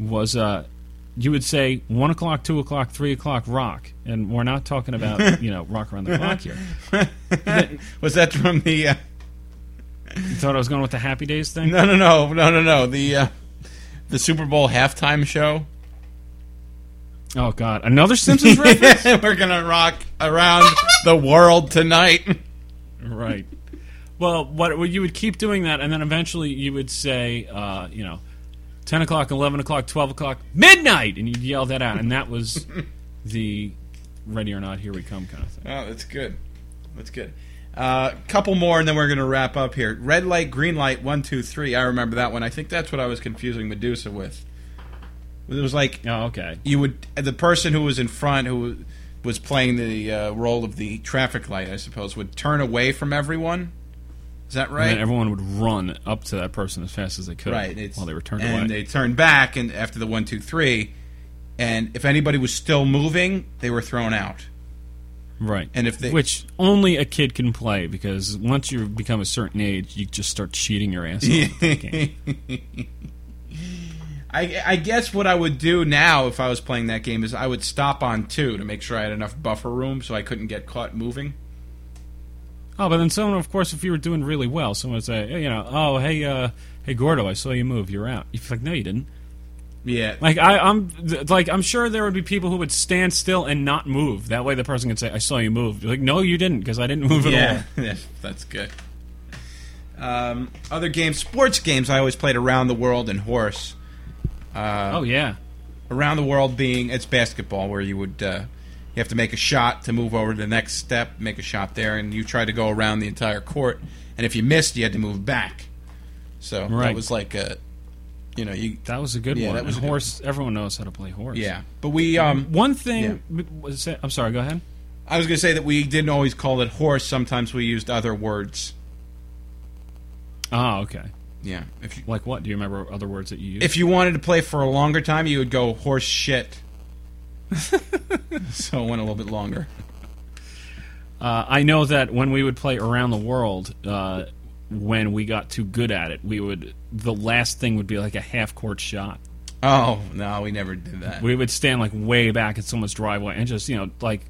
Speaker 4: Was uh, you would say one o'clock, two o'clock, three o'clock, rock, and we're not talking about you know rock around the clock here.
Speaker 3: Was that from the? Uh,
Speaker 4: You thought I was going with the Happy Days thing?
Speaker 3: no, no, no, no, no, no. The uh, the Super Bowl halftime show.
Speaker 4: Oh God, another Simpsons reference.
Speaker 3: We're gonna rock around the world tonight. Oh,
Speaker 4: Right. Well, what well, you would keep doing that, and then eventually you would say, uh, you know, ten o'clock, eleven o'clock, twelve o'clock, midnight, and you'd yell that out, and that was the "Ready or Not, Here We Come" kind of thing.
Speaker 3: Oh, that's good. That's good. A uh, couple more, and then we're gonna wrap up here. Red light, green light, one, two, three. I remember that one. I think that's what I was confusing Medusa with. It was like
Speaker 4: Oh, okay.
Speaker 3: you would the person who was in front who was playing the uh, role of the traffic light, I suppose, would turn away from everyone. Is that
Speaker 4: And
Speaker 3: right?
Speaker 4: then everyone would run up to that person as fast as they could
Speaker 3: Right. It's,
Speaker 4: while they were turned
Speaker 3: and
Speaker 4: away.
Speaker 3: they turned back, and after the one, two, three, and if anybody was still moving, they were thrown out.
Speaker 4: right.
Speaker 3: and if they-
Speaker 4: Which only a kid can play because once you become a certain age, you just start cheating your ass off. at that game.
Speaker 3: I, I guess what I would do now if I was playing that game is I would stop on two to make sure I had enough buffer room so I couldn't get caught moving.
Speaker 4: Oh, but then someone, of course, if you were doing really well, someone would say, hey, you know, oh, hey, uh, hey, Gordo, I saw you move. You're out. You're like, no, you didn't.
Speaker 3: Yeah,
Speaker 4: Like I, I'm, th- like I'm sure there would be people who would stand still and not move. That way, the person could say, "I saw you move." You're like, no, you didn't, because I didn't move at
Speaker 3: yeah, that's good. Um, other games, sports games. I always played around the world and horse.
Speaker 4: all. Oh yeah,
Speaker 3: around the world being it's basketball where you would uh, you have to make a shot to move over to the next step make a shot there and you try to go around the entire court and if you missed you had to move back so that
Speaker 4: Right.
Speaker 3: was like a you know you
Speaker 4: that was a good
Speaker 3: Yeah,
Speaker 4: one.
Speaker 3: that was
Speaker 4: And
Speaker 3: a good
Speaker 4: horse. Everyone knows how to play horse.
Speaker 3: yeah but we um
Speaker 4: One thing. was that- I'm sorry. Go ahead.
Speaker 3: i was going to say that we didn't always call it horse sometimes we used other words
Speaker 4: Oh, okay.
Speaker 3: Yeah. If you,
Speaker 4: Like what? Do you remember other words that you used?
Speaker 3: if you wanted to play for a longer time, you would go horse shit. so it went a little bit longer.
Speaker 4: Uh, I know that when we would play around the world, uh, when we got too good at it, we would the last thing would be like a half court shot.
Speaker 3: Oh no, we never did that.
Speaker 4: We would stand like way back in someone's driveway and just you know like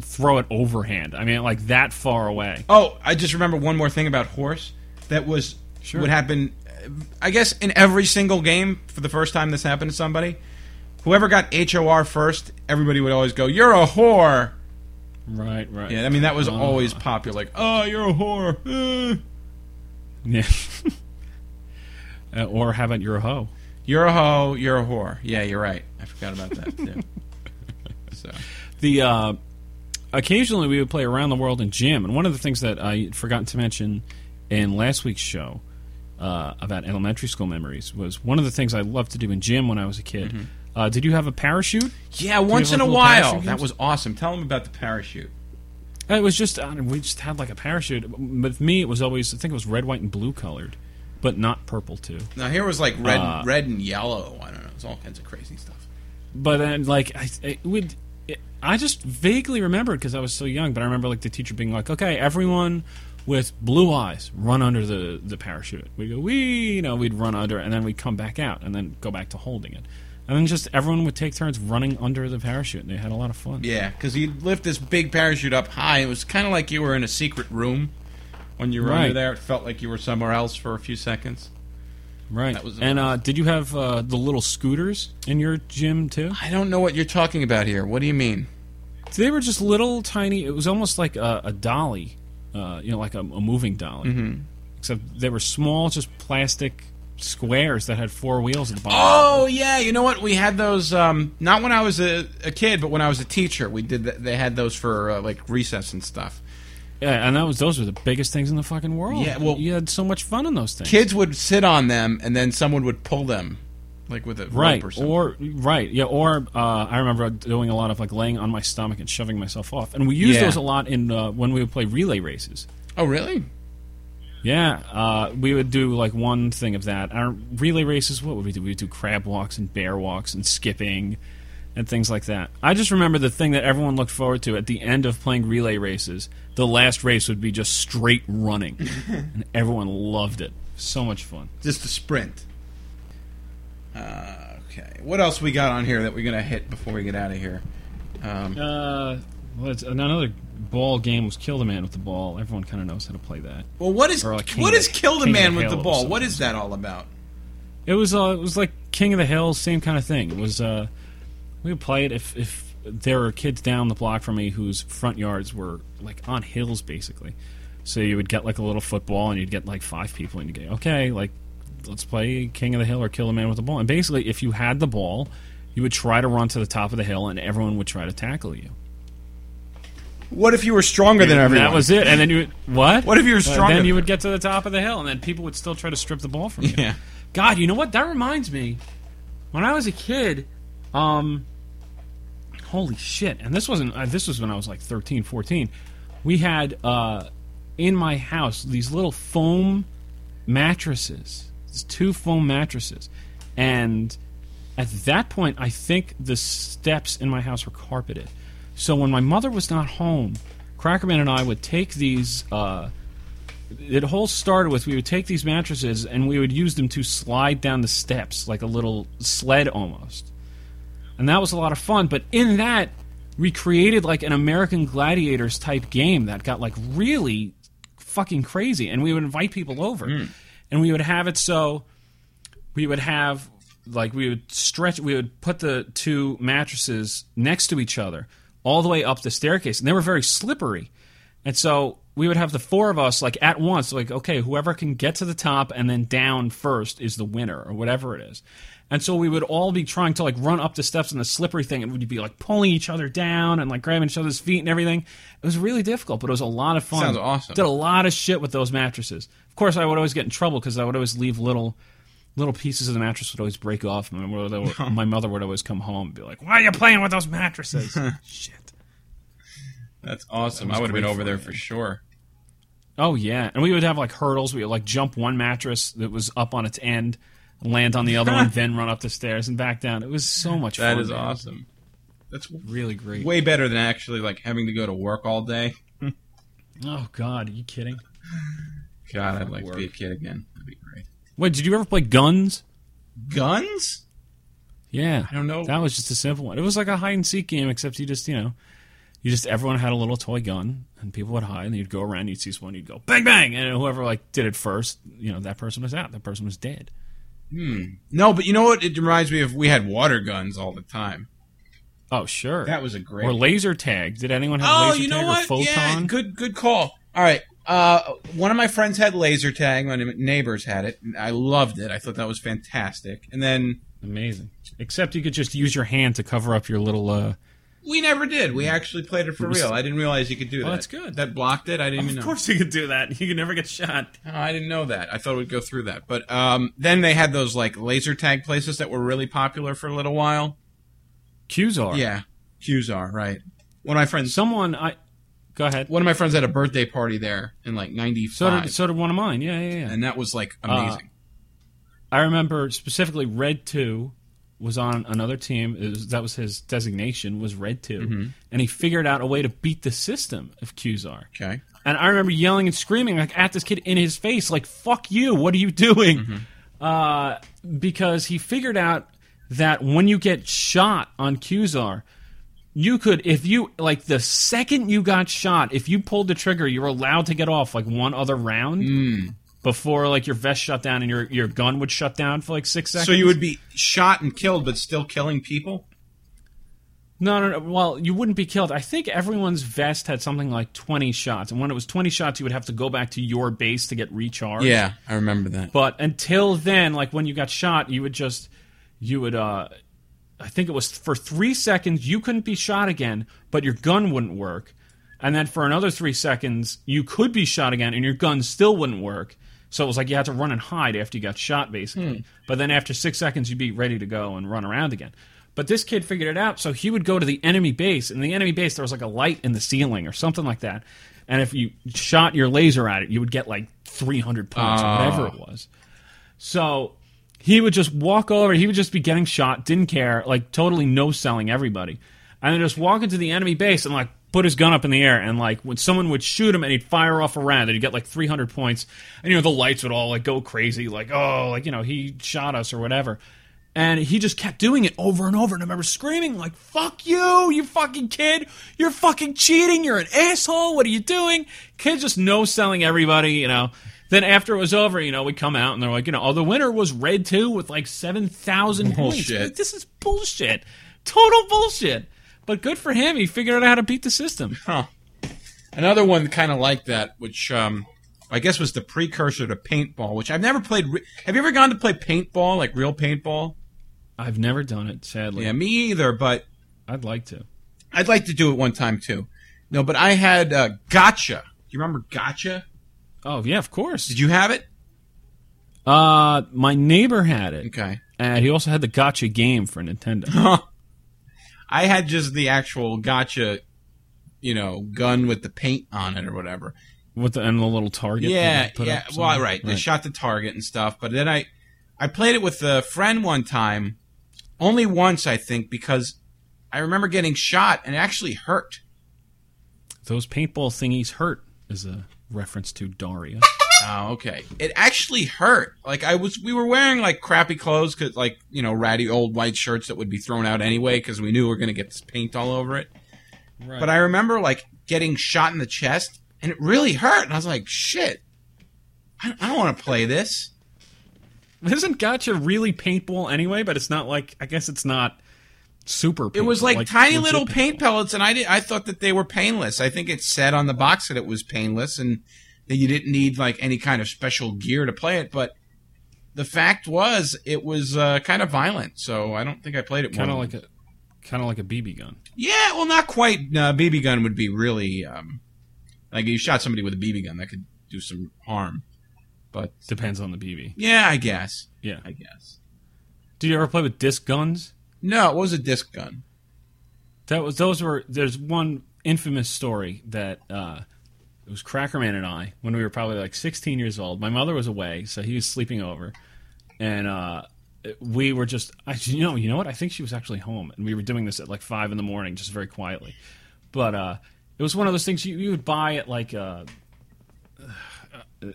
Speaker 4: throw it overhand. I mean like that far away.
Speaker 3: Oh, I just remember one more thing about horse that was
Speaker 4: Sure.
Speaker 3: would happen. uh, I guess in every single game for the first time this happened to somebody, whoever got HOR first, everybody would always go, "You're a whore."
Speaker 4: Right, right.
Speaker 3: Yeah, I mean that was
Speaker 4: Ah.
Speaker 3: always popular. Like, "Oh, you're a whore." Uh,
Speaker 4: Yeah. Uh, or how about your hoe?
Speaker 3: you're a hoe. You're a whore. Yeah, you're right. I forgot about that too. so
Speaker 4: the uh, occasionally we would play around the world in gym, and one of the things that I had forgotten to mention in last week's show uh, about elementary school memories was one of the things I loved to do in gym when I was a kid. Uh, did you have a parachute?
Speaker 3: yeah, once
Speaker 4: like,
Speaker 3: in a
Speaker 4: little
Speaker 3: while,
Speaker 4: parachute
Speaker 3: that
Speaker 4: games?
Speaker 3: was awesome. Tell them about the parachute.
Speaker 4: It was just I don't know, we just had like a parachute. With me, it was always I think it was red, white, and blue colored, but not purple too.
Speaker 3: Now here was like red,
Speaker 4: Uh,
Speaker 3: red and yellow. I don't know. It's all kinds of crazy stuff.
Speaker 4: But then like I it would. It, I just vaguely remembered because I was so young, but I remember like the teacher being like, "Okay, everyone with blue eyes, run under the the parachute." We go, "We," you know, we'd run under, and then we'd come back out, and then go back to holding it, and then just everyone would take turns running under the parachute, and they had a lot of fun.
Speaker 3: Yeah, because you'd lift this big parachute up high. It was kind of like you were in a secret room when you were
Speaker 4: Right.
Speaker 3: under there. It felt like you were somewhere else for a few seconds.
Speaker 4: right.
Speaker 3: that was
Speaker 4: and uh, did you have uh, the little scooters in your gym too?
Speaker 3: I don't know what you're talking about here. What do you mean?
Speaker 4: They were just little tiny. It was almost like a, a dolly, uh, you know, like a, a moving dolly.
Speaker 3: Mm-hmm.
Speaker 4: Except they were small, just plastic squares that had four wheels at the bottom.
Speaker 3: Oh yeah, you know what? We had those. Um, not when I was a, a kid, but when I was a teacher, we did. Th- they had those for uh, like recess and stuff.
Speaker 4: yeah, and that was those were the biggest things in the fucking world.
Speaker 3: Yeah, well-
Speaker 4: you had so much fun in those things.
Speaker 3: Kids would sit on them, and then someone would pull them, like with a
Speaker 4: right?
Speaker 3: rope or something.
Speaker 4: Or right, yeah. Or uh, I remember doing a lot of like laying on my stomach and shoving myself off, and we used
Speaker 3: Yeah.
Speaker 4: those a lot in uh, when we would play relay races.
Speaker 3: oh really?
Speaker 4: Yeah, uh, we would do like one thing of that. Our relay races, what would we do? We would do crab walks and bear walks and skipping and things like that. I just remember the thing that everyone looked forward to at the end of playing relay races. The last race would be just straight running, and everyone loved it. So much fun.
Speaker 3: Just a sprint. Uh, okay. What else we got on here that we're gonna hit before we get out of here? Um,
Speaker 4: Uh, well, it's, another ball game was kill the man with the ball. Everyone kind of knows how to play that.
Speaker 3: Well, what is
Speaker 4: Or like King
Speaker 3: what
Speaker 4: of-
Speaker 3: is kill the
Speaker 4: King of
Speaker 3: man with
Speaker 4: Halo
Speaker 3: the
Speaker 4: or
Speaker 3: ball?
Speaker 4: something.
Speaker 3: What is that all about?
Speaker 4: It was uh, it was like King of the Hill, same kind of thing. It was uh, we would play it if if there were kids down the block from me whose front yards were like on hills basically. So you would get like a little football and you'd get like five people and you would go okay like let's play King of the Hill or kill the man with the ball. And basically, if you had the ball, you would try to run to the top of the hill and everyone would try to tackle you.
Speaker 3: What if you were stronger than everyone?
Speaker 4: That was it. And then you would, what?
Speaker 3: What if you were
Speaker 4: Uh,
Speaker 3: stronger
Speaker 4: then you
Speaker 3: than
Speaker 4: would get to the top of the hill, and then people would still try to strip the ball from you.
Speaker 3: Yeah.
Speaker 4: God, you know what? That reminds me. When I was a kid, um, holy shit! And this wasn't. Uh, this was when I was like 13, 14. We had uh, in my house these little foam mattresses. These two foam mattresses, and at that point, I think the steps in my house were carpeted. So when my mother was not home, Crackerman and I would take these. Uh, it whole started with we would take these mattresses and we would use them to slide down the steps like a little sled almost. And that was a lot of fun. But in that, we created like an American Gladiators type game that got like really fucking crazy. And we would invite people over. And we would have it so we would have like we would stretch we would put the two mattresses next to each other all the way up the staircase and they were very slippery and so we would have the four of us like at once like okay whoever can get to the top and then down first is the winner or whatever it is and so we would all be trying to like run up the steps in the slippery thing and we'd be like pulling each other down and like grabbing each other's feet and everything it was really difficult but it was a lot of fun
Speaker 3: Sounds awesome.
Speaker 4: did a lot of shit with those mattresses of course i would always get in trouble because i would always leave little little pieces of the mattress would always break off. My mother, my mother would always come home and be like, "Why are you playing with those mattresses?" Shit.
Speaker 3: That's awesome.
Speaker 4: That was
Speaker 3: I would have been
Speaker 4: great
Speaker 3: over
Speaker 4: for
Speaker 3: there
Speaker 4: you.
Speaker 3: for sure.
Speaker 4: Oh yeah, and we would have like hurdles. We would like jump one mattress that was up on its end, land on the other one, then run up the stairs and back down. It was so much fun.
Speaker 3: That is
Speaker 4: man.
Speaker 3: awesome. That's
Speaker 4: Really great.
Speaker 3: way better than actually like having to go to work all day.
Speaker 4: Oh God, are you kidding?
Speaker 3: God, I'd like
Speaker 4: Work.
Speaker 3: to be a kid again. That'd be great.
Speaker 4: Wait, did you ever play Guns?
Speaker 3: Guns?
Speaker 4: Yeah,
Speaker 3: I don't know.
Speaker 4: That was just a simple one. It was like a hide and seek game, except you just you know, you just everyone had a little toy gun, and people would hide, and you'd go around, you'd see someone, you'd go bang bang, and whoever like did it first, you know, that person was out, that person was dead.
Speaker 3: No, but you know what? It reminds me of we had water guns all the time.
Speaker 4: Oh sure,
Speaker 3: That was a great.
Speaker 4: or laser tag. Did anyone have
Speaker 3: oh,
Speaker 4: laser
Speaker 3: you
Speaker 4: tag
Speaker 3: know
Speaker 4: or
Speaker 3: what?
Speaker 4: photon?
Speaker 3: Yeah, good good call. All right. Uh, one of my friends had laser tag. My neighbors had it. And I loved it. I thought that was fantastic. And then
Speaker 4: Amazing. Except you could just use your hand to cover up your little. uh
Speaker 3: we never did. We actually played it for
Speaker 4: was- Oh,
Speaker 3: real. I didn't realize you could do that.
Speaker 4: that's good.
Speaker 3: That blocked it. I didn't even know.
Speaker 4: you could do that. You could never get shot.
Speaker 3: Oh, I didn't know that. I thought it would go through that. But um, then they had those like laser tag places that were really popular for a little while.
Speaker 4: Qzar.
Speaker 3: Yeah, Qzar, right? One of my friends,
Speaker 4: Someone I. Go ahead.
Speaker 3: one of my friends had a birthday party there in like
Speaker 4: So
Speaker 3: '95,
Speaker 4: did, so Uh, did one of mine. Yeah, yeah, yeah.
Speaker 3: and that was like amazing.
Speaker 4: I remember specifically Red Two was on another team. It was, that was his designation was Red 2 and he figured out a way to beat the system of Qzar.
Speaker 3: okay,
Speaker 4: And I remember yelling and screaming like at this kid in his face, like "Fuck you! What are you doing?"
Speaker 3: Mm-hmm.
Speaker 4: Uh, because he figured out that when you get shot on Qzar, you could, if you like, the second you got shot, if you pulled the trigger, you were allowed to get off like one other round
Speaker 3: Mm.
Speaker 4: before like your vest shut down and your your gun would shut down for like six seconds.
Speaker 3: so you would be shot and killed, but still killing people.
Speaker 4: No, no, no. Well, you wouldn't be killed. I think everyone's vest had something like 20 shots. And when it was 20 shots, you would have to go back to your base to get recharged.
Speaker 3: Yeah, I remember that.
Speaker 4: But until then, like when you got shot, you would just, you would, uh, I think it was for three seconds, you couldn't be shot again, but your gun wouldn't work. And then for another three seconds, you could be shot again and your gun still wouldn't work. So it was like you had to run and hide after you got shot, basically. But then after six seconds, you'd be ready to go and run around again. But this kid figured it out, so he would go to the enemy base. And the enemy base, there was like a light in the ceiling or something like that. And if you shot your laser at it, you would get like 300 points or whatever it was. So he would just walk over. He would just be getting shot, didn't care, like totally no selling everybody, and then just walk into the enemy base and like put his gun up in the air and like when someone would shoot him and he'd fire off a round and he'd get like 300 points and you know the lights would all like go crazy like oh like you know he shot us or whatever and he just kept doing it over and over and i remember screaming like fuck you you fucking kid you're fucking cheating you're an asshole what are you doing kid just no selling everybody you know then after it was over, you know, we come out and they're like, you know, oh, the winner was Red 2 with like 7,000 points.
Speaker 3: Bullshit.
Speaker 4: Like, this is bullshit. Total bullshit. But good for him. He figured out how to beat the system.
Speaker 3: Another one kind of like that, which um, I guess was the precursor to paintball, which I've never played. Re- Have you ever gone to play paintball, like real paintball?
Speaker 4: I've never done it, sadly.
Speaker 3: Yeah, me either, but
Speaker 4: I'd like to.
Speaker 3: I'd like to do it one time too. No, but I had uh, Gotcha. Do you remember Gotcha?
Speaker 4: Oh, yeah, of course.
Speaker 3: Did you have it?
Speaker 4: uh, my neighbor had it.
Speaker 3: Okay.
Speaker 4: And he also had the gotcha game for Nintendo.
Speaker 3: I had just the actual Gotcha, you know, gun with the paint on it or whatever.
Speaker 4: With the, and the little target.
Speaker 3: Yeah,
Speaker 4: that they put
Speaker 3: yeah.
Speaker 4: up
Speaker 3: Well, right.
Speaker 4: somewhere.
Speaker 3: They shot the target and stuff, but then I, I played it with a friend one time, only once I think because I remember getting shot and it actually hurt.
Speaker 4: Those paintball thingies hurt, is a reference to Daria.
Speaker 3: Oh, okay. It actually hurt. Like I was, we were wearing like crappy clothes, cause like you know, ratty old white shirts that would be thrown out anyway, because we knew we were gonna get this paint all over it.
Speaker 4: Right.
Speaker 3: But I remember like getting shot in the chest, and it really hurt. And I was like, shit, I, I don't want to play this.
Speaker 4: Isn't gotcha really paintball anyway? But it's not like I guess it's not super.
Speaker 3: It was like, tiny little paint pellets, and I did, I thought that they were painless. I think it said on the box that it was painless, and that you didn't need like any kind of special gear to play it. But the fact was, it was uh, kind of violent, so I don't think I played it.
Speaker 4: kind
Speaker 3: more
Speaker 4: of
Speaker 3: than-
Speaker 4: like a kind of like a BB gun.
Speaker 3: yeah, well, not quite. Uh, BB gun would be really um, like you shot somebody with a BB gun that could do some harm. But
Speaker 4: Depends on the BB.
Speaker 3: yeah, I guess,
Speaker 4: Yeah.
Speaker 3: I guess.
Speaker 4: Did you ever play with disc guns?
Speaker 3: No, it was a disc gun.
Speaker 4: That was those were. There's one infamous story that uh, It was Crackerman and I when we were probably like 16 years old. My mother was away, so he was sleeping over, and uh, we were just I, you know you know what I think she was actually home, and we were doing this at like five in the morning, just very quietly. But uh, it was one of those things you, you would buy at like uh,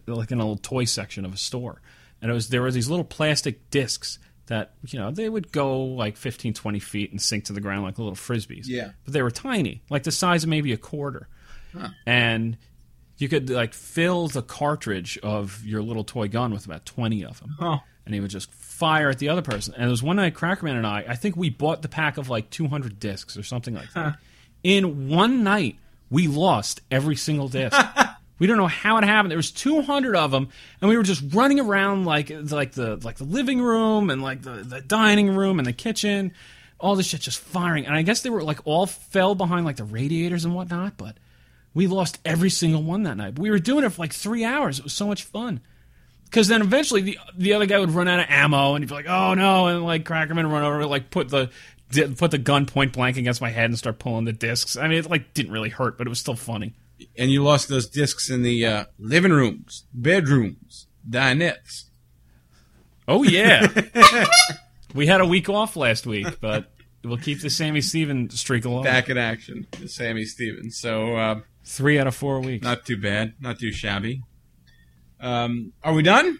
Speaker 4: like an old toy section of a store and it was there were these little plastic discs that you know they would go like 15 20 feet and sink to the ground like little frisbees
Speaker 3: Yeah.
Speaker 4: but they were tiny like the size of maybe a quarter and you could like fill the cartridge of your little toy gun with about 20 of them
Speaker 3: Oh.
Speaker 4: and he would just fire at the other person and there was one night crackerman and i i think we bought the pack of like 200 discs or something like that in one night we lost every single disc we don't know how it happened. There was 200 of them, and we were just running around like like the like the living room and like the, the dining room and the kitchen, all this shit just firing. And I guess they were like all fell behind like the radiators and whatnot. But we lost every single one that night. We were doing it for like three hours. It was so much fun. Because then eventually the the other guy would run out of ammo, and he'd be like, "Oh no!" And like Crackerman would run over, and, like put the di- put the gun point blank against my head and start pulling the discs. I mean, it like didn't really hurt, but it was still funny.
Speaker 3: And you lost those discs in the uh, living rooms, bedrooms, dinettes.
Speaker 4: Oh yeah. we had a week off last week, but we'll keep the Sammy Steven streak alive.
Speaker 3: Back in action, the Sammy Stevens. So uh,
Speaker 4: Three out of four weeks.
Speaker 3: not too bad, not too shabby. Um, are we done?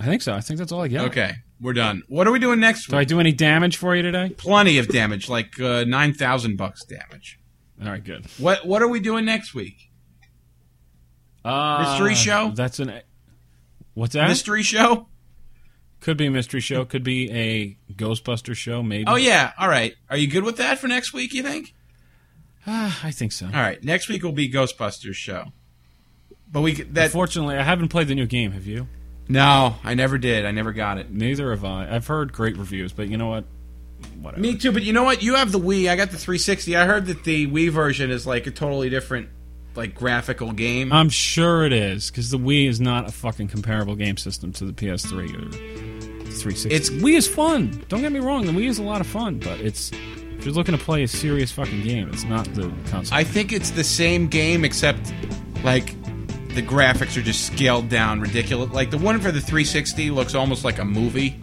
Speaker 4: I think so. I think that's all I got.
Speaker 3: Okay, we're done. What are we doing next
Speaker 4: Do I
Speaker 3: week?
Speaker 4: do any damage for you today?
Speaker 3: Plenty of damage, like uh, nine thousand bucks damage.
Speaker 4: All right, good.
Speaker 3: What What are we doing next week?
Speaker 4: Uh,
Speaker 3: Mystery show?
Speaker 4: That's an. What's that?
Speaker 3: Mystery show?
Speaker 4: could be a mystery show. Could be a Ghostbuster show. Maybe.
Speaker 3: Oh yeah. All right. Are you good with that for next week? You think?
Speaker 4: Ah, I think so.
Speaker 3: All right. Next week will be Ghostbusters show. But we could- that
Speaker 4: Unfortunately, I haven't played the new game. Have you?
Speaker 3: no, I never did. I never got it.
Speaker 4: Neither have I. I've heard great reviews, but you know what? Whatever.
Speaker 3: Me too. But you know what? You have the Wii. I got the 360. I heard that the Wii version is like a totally different, like graphical game.
Speaker 4: I'm sure it is because the Wii is not a fucking comparable game system to the PS3 or 360.
Speaker 3: It's-
Speaker 4: Wii is fun. Don't get me wrong, the Wii is a lot of fun, but it's if you're looking to play a serious fucking game, it's not the console.
Speaker 3: I think it's the same game except like the graphics are just scaled down ridiculous. Like the one for the 360 looks almost like a movie.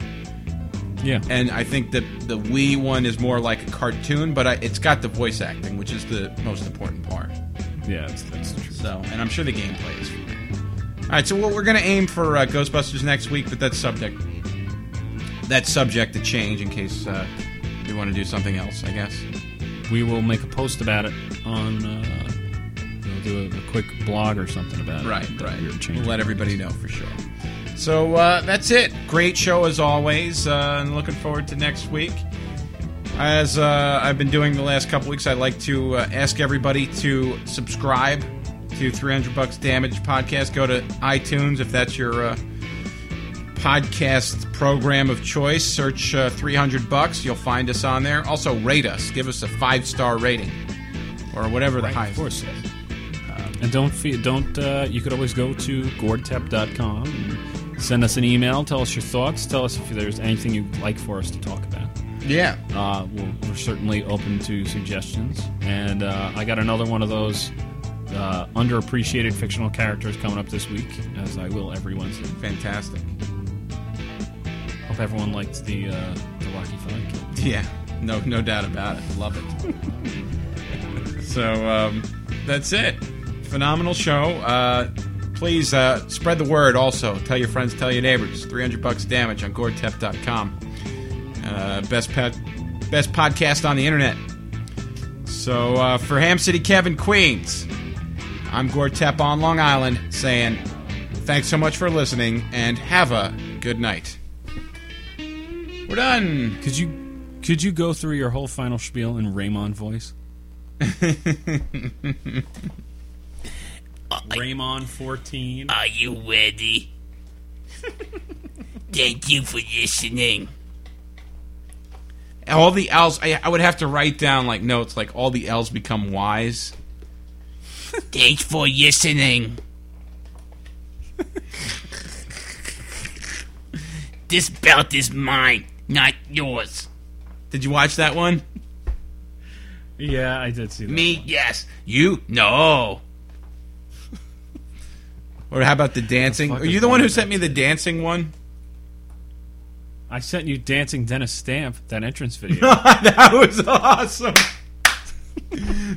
Speaker 4: yeah,
Speaker 3: and I think the the Wii one is more like a cartoon, but I, it's got the voice acting, which is the most important part.
Speaker 4: yeah, that's, that's the truth.
Speaker 3: So, and I'm sure the gameplay is. All right, so what we're gonna aim for uh, Ghostbusters next week, but that's subject that's subject to change in case uh, we want to do something else, I guess.
Speaker 4: We will make a post about it on. Uh, we'll do a, a quick blog or something about
Speaker 3: Right,
Speaker 4: it. that
Speaker 3: right.
Speaker 4: we're
Speaker 3: We'll
Speaker 4: changing.
Speaker 3: let everybody know for sure. So uh, that's it. Great show as always, uh, and looking forward to next week. As uh, I've been doing the last couple weeks, I'd like to uh, ask everybody to subscribe to 300 Bucks Damage podcast. Go to iTunes if that's your uh, podcast program of choice. Search uh, 300 Bucks. You'll find us on there. Also, rate us. Give us a five star rating or whatever the highest.
Speaker 4: Of course. and don't fe don't. Uh, you could always go to gordtep.com and send us an email. Tell us your thoughts. Tell us if there's anything you'd like for us to talk about.
Speaker 3: Yeah.
Speaker 4: Uh, we'll, we're certainly open to suggestions. And uh, I got another one of those uh, underappreciated fictional characters coming up this week, as I will every Wednesday.
Speaker 3: Fantastic.
Speaker 4: Hope everyone liked the uh, the Rocky Five. Kid.
Speaker 3: Yeah, no, no doubt about it. Love it. so um, that's it. Phenomenal show. Uh, please uh, spread the word. Also, tell your friends, tell your neighbors. Three hundred bucks damage on GoreTep.com. Uh, best pet, best podcast on the internet. So uh, for Ham City Kevin Queens, I'm Gore Tep on Long Island saying thanks so much for listening and have a good night. We're done.
Speaker 4: Could you could you go through your whole final spiel in Raymond voice? Raymond fourteen.
Speaker 1: Are you ready? Thank you for listening.
Speaker 3: all the L's I, I would have to write down like notes like all the L's become Y's.
Speaker 1: Thanks for listening. this belt is mine, not yours.
Speaker 3: Did you watch that one?
Speaker 4: Yeah, I did see that.
Speaker 1: Me, yes. You, no.
Speaker 3: Or how about the dancing?
Speaker 4: fuck
Speaker 3: Are
Speaker 4: is
Speaker 3: you the one
Speaker 4: wrong
Speaker 3: who
Speaker 4: with
Speaker 3: sent me the dancing one?
Speaker 4: I sent you dancing Dennis Stamp that entrance video.
Speaker 3: that was awesome.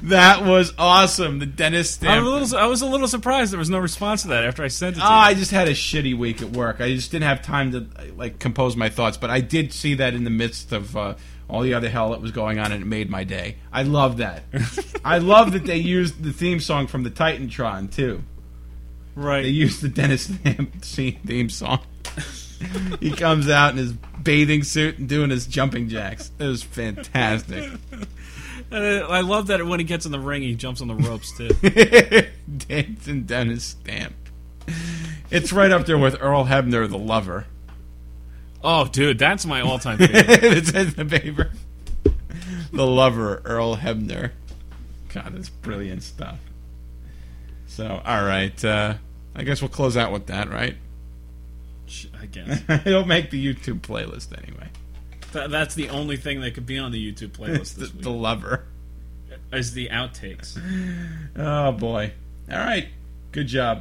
Speaker 3: that was awesome. The dentist
Speaker 4: I was,
Speaker 3: stamp.
Speaker 4: a little, I was a little surprised there was no response to that after I sent it. to
Speaker 3: Ah,
Speaker 4: you.
Speaker 3: I just had a shitty week at work. I just didn't have time to like compose my thoughts, but I did see that in the midst of uh, all the other hell that was going on, and it made my day. I love that. I love that they used the theme song from the Titantron too.
Speaker 4: right.
Speaker 3: They used the Dennis Stamp scene- theme song. he comes out in his bathing suit and doing his jumping jacks. It was fantastic.
Speaker 4: Uh, I love that when he gets in the ring, he jumps on the ropes too.
Speaker 3: Dancing Dennis Stamp. It's right up there with Earl Hebner, the lover.
Speaker 4: oh, dude, that's my all-time favorite.
Speaker 3: it's in the paper. The lover, Earl Hebner. God, that's brilliant stuff. So, all right. Uh, I guess we'll close out with that, right?
Speaker 4: I guess
Speaker 3: It'll make the YouTube playlist anyway.
Speaker 4: Th- that's the only thing that could be on the YouTube playlist
Speaker 3: the,
Speaker 4: this
Speaker 3: the
Speaker 4: week
Speaker 3: lover.
Speaker 4: is the outtakes.
Speaker 3: Oh, boy. All right. Good job.